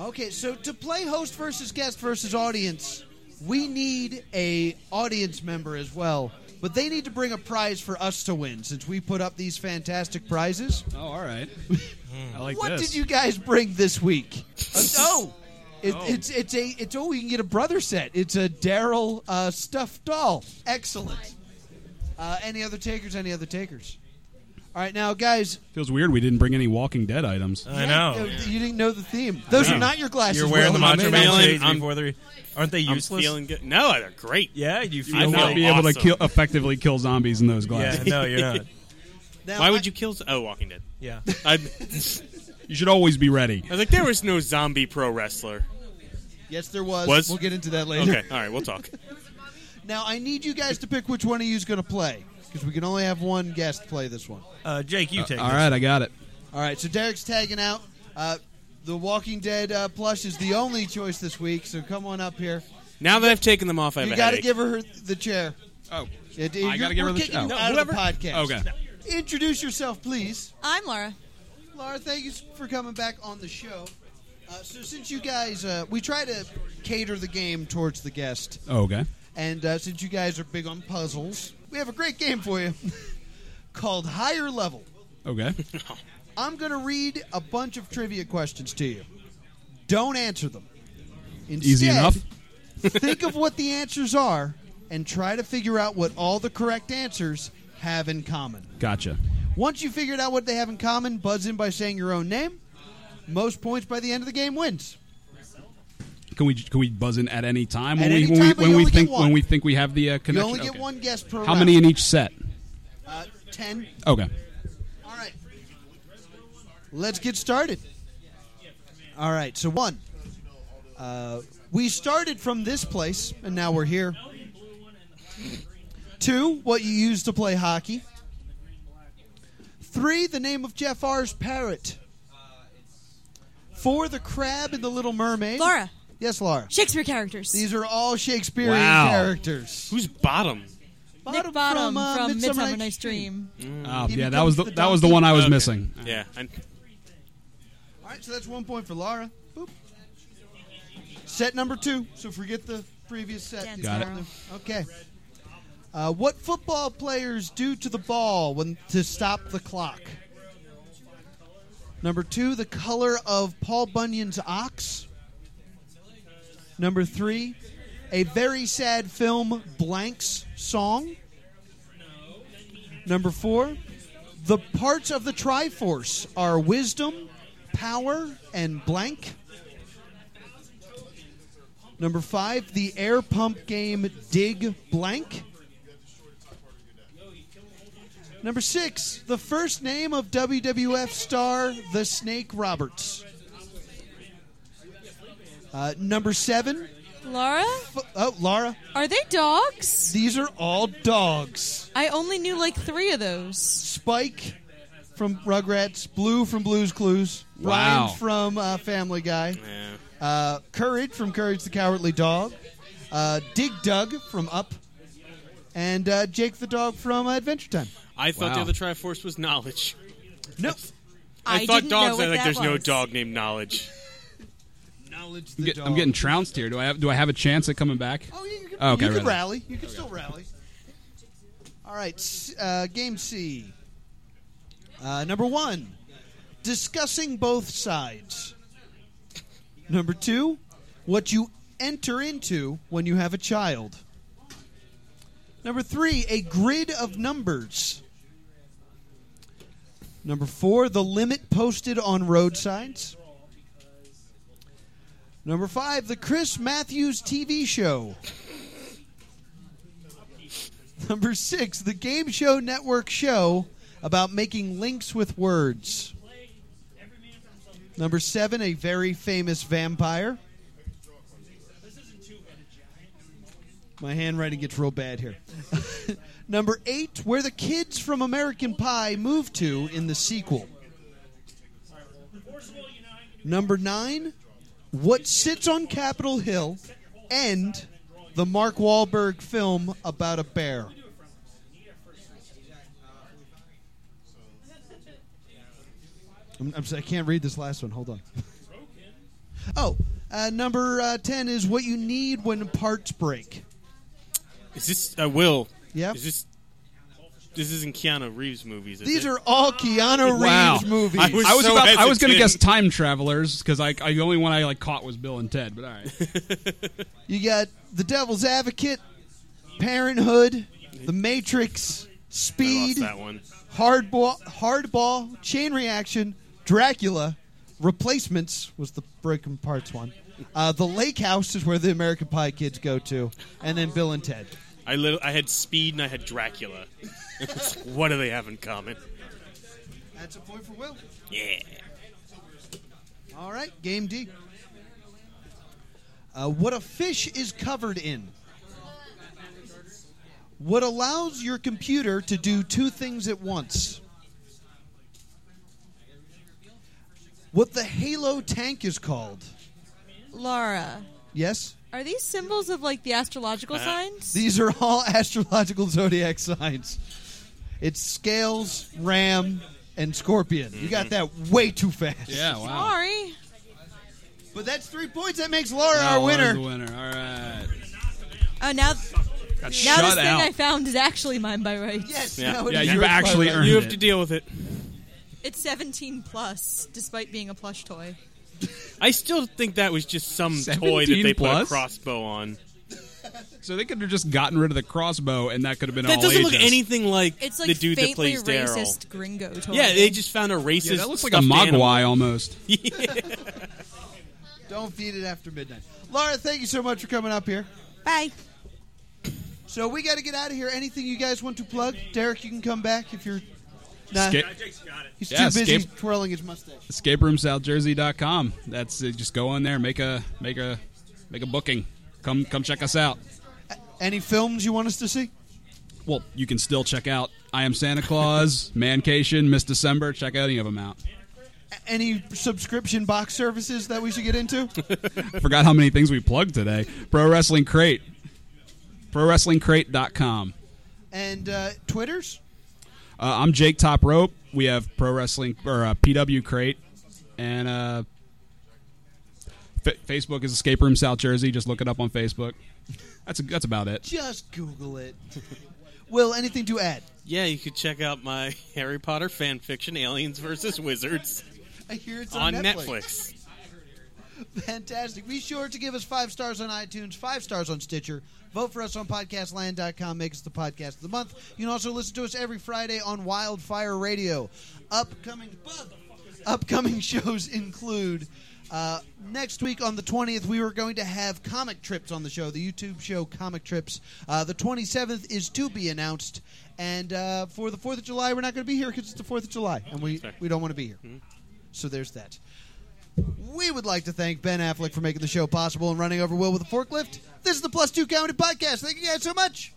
S4: Okay, so to play host versus guest versus audience, we need a audience member as well, but they need to bring a prize for us to win since we put up these fantastic prizes.
S7: Oh, all right.
S6: Hmm.
S7: I like
S4: what
S7: this.
S4: did you guys bring this week? Uh, no. It, It's it's a it's oh you can get a brother set. It's a Daryl uh, stuffed doll. Excellent. Uh, any other takers? Any other takers? All right, now guys,
S7: Feels weird. We didn't bring any Walking Dead items.
S6: I
S4: uh,
S6: know.
S4: you didn't know the theme. Those are not your glasses.
S6: You're wearing the
S4: Will.
S6: Macho
S5: I'm
S6: Man
S5: feeling-
S6: shades
S5: I'm-
S6: before they aren't they
S5: I'm
S6: useless?
S5: feeling good. No, they're great.
S6: yeah, you feel.
S5: I
S7: You'll not
S5: feel
S7: be able to
S5: awesome.
S7: kill, effectively kill zombies in those
S6: yeah,
S7: glasses.
S6: no, you're not.
S4: Now,
S5: Why
S4: I-
S5: would you kill? z- Oh, Walking Dead.
S6: Yeah.
S5: I, I was
S7: You should always be ready.
S5: like, there was no zombie pro wrestler.
S4: Yes, there was.
S5: Was?
S4: We'll get into that later.
S5: Okay, all right, we'll talk.
S4: Now I need you guys to pick which one of you is going to play because we can only have one guest play this one.
S6: Uh, Jake, you take.
S7: All
S6: this.
S7: right, I got it.
S4: All right, so Derek's tagging out. Uh, the Walking Dead uh, plush is the only choice this week, so come on up here.
S5: Now that I've taken them off, I have
S4: You
S5: a
S4: got to
S5: headache.
S4: give her the chair.
S7: Oh,
S4: Yeah, d-
S7: I
S4: you're-
S7: gotta give
S4: we're
S7: her the
S4: kicking
S7: chair.
S4: you
S7: No,
S4: out of the
S5: whoever-
S4: podcast.
S7: Oh, okay.
S4: Introduce yourself, please.
S10: I'm Laura.
S4: Laura, thank you for coming back on the show. Uh, so since you guys, uh, we try to cater the game towards the guest.
S7: Oh, okay.
S4: And uh, since you guys are big on puzzles, we have a great game for you called Higher Level.
S7: Okay.
S4: I'm going to read a bunch of trivia questions to you. Don't answer them. Instead,
S7: Easy enough.
S4: think of what the answers are and try to figure out what all the correct answers have in common.
S7: Gotcha.
S4: Once you figured out what they have in common, buzz in by saying your own name. Most points by the end of the game wins.
S7: Can we can we buzz in at any time
S4: At
S7: when we
S4: any
S7: when
S4: time,
S7: we
S4: but
S7: when
S4: you
S7: we
S4: only get
S7: think
S4: one.
S7: when we think we have the uh,
S4: You
S7: connection?
S4: only get
S7: Okay.
S4: one guess per
S7: How
S4: round.
S7: many in each set?
S4: Uh, ten.
S7: Okay.
S4: All right. Let's get started. All right. So one, uh, we started from this place, and now we're here. Two, what you used to play hockey. Three, the name of Jeff R's parrot. Four, the crab and the Little Mermaid.
S10: Laura.
S4: Yes, Laura.
S10: Shakespeare characters.
S4: These are all Shakespearean
S7: Wow.
S4: characters.
S5: Who's bottom?
S10: Nick Bottom from,
S4: uh,
S10: Midsummer, Night's Dream.
S7: Oh,
S4: He
S7: yeah, that
S4: becomes
S7: was the,
S4: Hmm. the
S7: that was the
S4: donkey.
S7: one I was
S5: Okay.
S7: missing.
S5: Yeah, I'm,
S4: All right, so that's one point for Laura. Boop. Set number two. So forget the previous set.
S10: Dance
S7: Got it.
S10: Laura.
S4: Okay. Uh, what football players do to the ball when to stop the clock? Number two, the color of Paul Bunyan's ox. Number three, a very sad film blank's song. Number four, the parts of the Triforce are wisdom, power, and blank. Number five, the air pump game Dig Blank. Number six, the first name of WWF star The Snake Roberts. Uh, number seven,
S10: Laura,
S4: f- oh, Laura,
S10: are they dogs?
S4: these are all dogs.
S10: I only knew like three of those.
S4: Spike from Rugrats, Blue from Blue's Clues,
S7: Wow.
S4: Brian from uh, Family Guy,
S5: yeah.
S4: uh, Courage from Courage the Cowardly Dog, uh, Dig Dug from Up, and uh, Jake the dog from uh, Adventure Time.
S5: I thought
S7: Wow.
S5: the other Triforce was knowledge.
S4: Nope.
S5: I,
S11: I
S5: thought
S11: didn't know
S5: dogs.
S11: what
S5: I think
S11: that
S5: there's no
S11: was.
S5: dog named knowledge.
S4: Knowledge the
S7: I'm, get- I'm getting trounced here. Do I have do I have a chance at coming back?
S4: Oh, you can,
S7: Oh, okay,
S4: you can
S7: rather.
S4: rally. You can still rally. All right, s- uh, game C. Uh, number one, discussing both sides. Number two, what you enter into when you have a child. Number three, a grid of numbers. Number four, the limit posted on road signs. Number five, the Chris Matthews TV show. Number six, the Game Show Network show about making links with words. Number seven, a very famous vampire. My handwriting gets real bad here. Number eight, where the kids from American Pie move to in the sequel. Number nine, what sits on Capitol Hill and the Mark Wahlberg film about a bear? I'm, I'm, si can't read this last one. Hold on. Oh, uh, number uh, 10 is what you need when parts break.
S5: Is this? I will.
S4: Yep.
S5: Is this? This isn't Keanu Reeves movies. Is
S4: These
S5: it?
S4: are all Keanu Reeves
S7: Wow.
S4: movies.
S5: I was-
S7: I was
S5: so
S7: about, I was going to guess
S5: hesitant.
S7: time travelers because I, I the only one I like caught was Bill and Ted. But all right,
S4: You got The Devil's Advocate, Parenthood, The Matrix,
S5: I lost
S4: Speed,
S5: that one.
S4: Hardball, Hardball, Chain Reaction, Dracula, Replacements was the broken parts one. Uh, the Lake House is where the American Pie kids go to, and then Bill and Ted.
S5: I lit- I had Speed and I had Dracula. It's like, what do they have in common?
S4: That's a point for Will.
S5: Yeah.
S4: All right, game D. Uh, what a fish is covered in. What allows your computer to do two things at once. What the Halo tank is called.
S10: Laura,
S4: Yes?
S10: are these symbols of like the astrological
S5: Uh,
S10: signs?
S4: These are all astrological zodiac signs. It's scales, ram, and scorpion. You got that way too fast.
S7: yeah, wow.
S10: Sorry.
S4: But that's three points. That makes Laura
S7: Wow,
S4: our
S7: Laura's
S4: winner.
S7: the winner. All right,
S10: Oh, now,
S7: Got
S10: now this
S7: shut
S10: thing
S7: out.
S10: I found is actually mine by rights.
S4: Yes.
S5: Yeah.
S4: now it
S7: yeah,
S4: is
S7: you've
S4: yours by
S7: actually
S4: right.
S7: earned
S5: You have
S7: it.
S5: to deal with it.
S10: It's 17 plus, despite being a plush toy.
S5: I still think that was just some toy that
S7: 17
S5: they put a
S7: plus?
S5: crossbow on.
S7: so they could have just gotten rid of the crossbow, and that could have been
S5: That
S7: all
S5: doesn't
S7: ages.
S5: look anything like
S10: It's like
S5: the dude that
S10: faintly
S5: plays
S10: racist
S5: Daryl.
S10: gringo toy.
S5: Yeah, they just found a racist.
S7: Yeah, that looks like a
S5: stuffed
S7: mogwai
S5: animal.
S7: almost.
S4: Don't feed it after midnight. Laura, thank you so much for coming up here.
S10: Bye.
S4: So we got to get out of here. Anything you guys want to plug? Derek, you can come back if you're.
S5: Uh,
S4: Nah,
S7: Escape,
S4: he's
S7: yeah,
S4: too busy
S7: escape-
S4: twirling his mustache.
S7: escaperoomsouthjersey.com. That's it. Just go on there, make a make a make a booking. Come come check us out.
S4: Any films you want us to see?
S7: Well, you can still check out I Am Santa Claus, Mancation, Miss December. Check any of them out.
S4: A- Any subscription box services that we should get into?
S7: Forgot how many things we plugged today. Pro Wrestling Crate. ProWrestlingCrate.com.
S4: and uh, Twitters?
S7: Uh, I'm Jake Top Rope. We have Pro Wrestling or uh, PW Crate. And uh, Fa Facebook is Escape Room South Jersey. Just look it up on Facebook. That's, that's about it.
S4: Just Google it. Will, anything to add?
S5: Yeah, you could check out my Harry Potter fan fiction, Aliens versus Wizards,
S4: I hear it's
S5: on
S4: on,
S5: Netflix.
S4: Fantastic. Be sure to give us five stars on iTunes, five stars on Stitcher. Vote for us on podcastland.com. Make us the podcast of the month. You can also listen to us every Friday on Wildfire Radio. Upcoming upcoming shows include uh, next week on the 20th we were going to have comic trips on the show the youtube show comic trips uh, the 27th is to be announced and uh, for the 4th of july we're not going to be here because it's the 4th of july and we, we don't want to be here so there's that we would like to thank ben affleck for making the show possible and running over will with a forklift this is the plus two comedy podcast thank you guys so much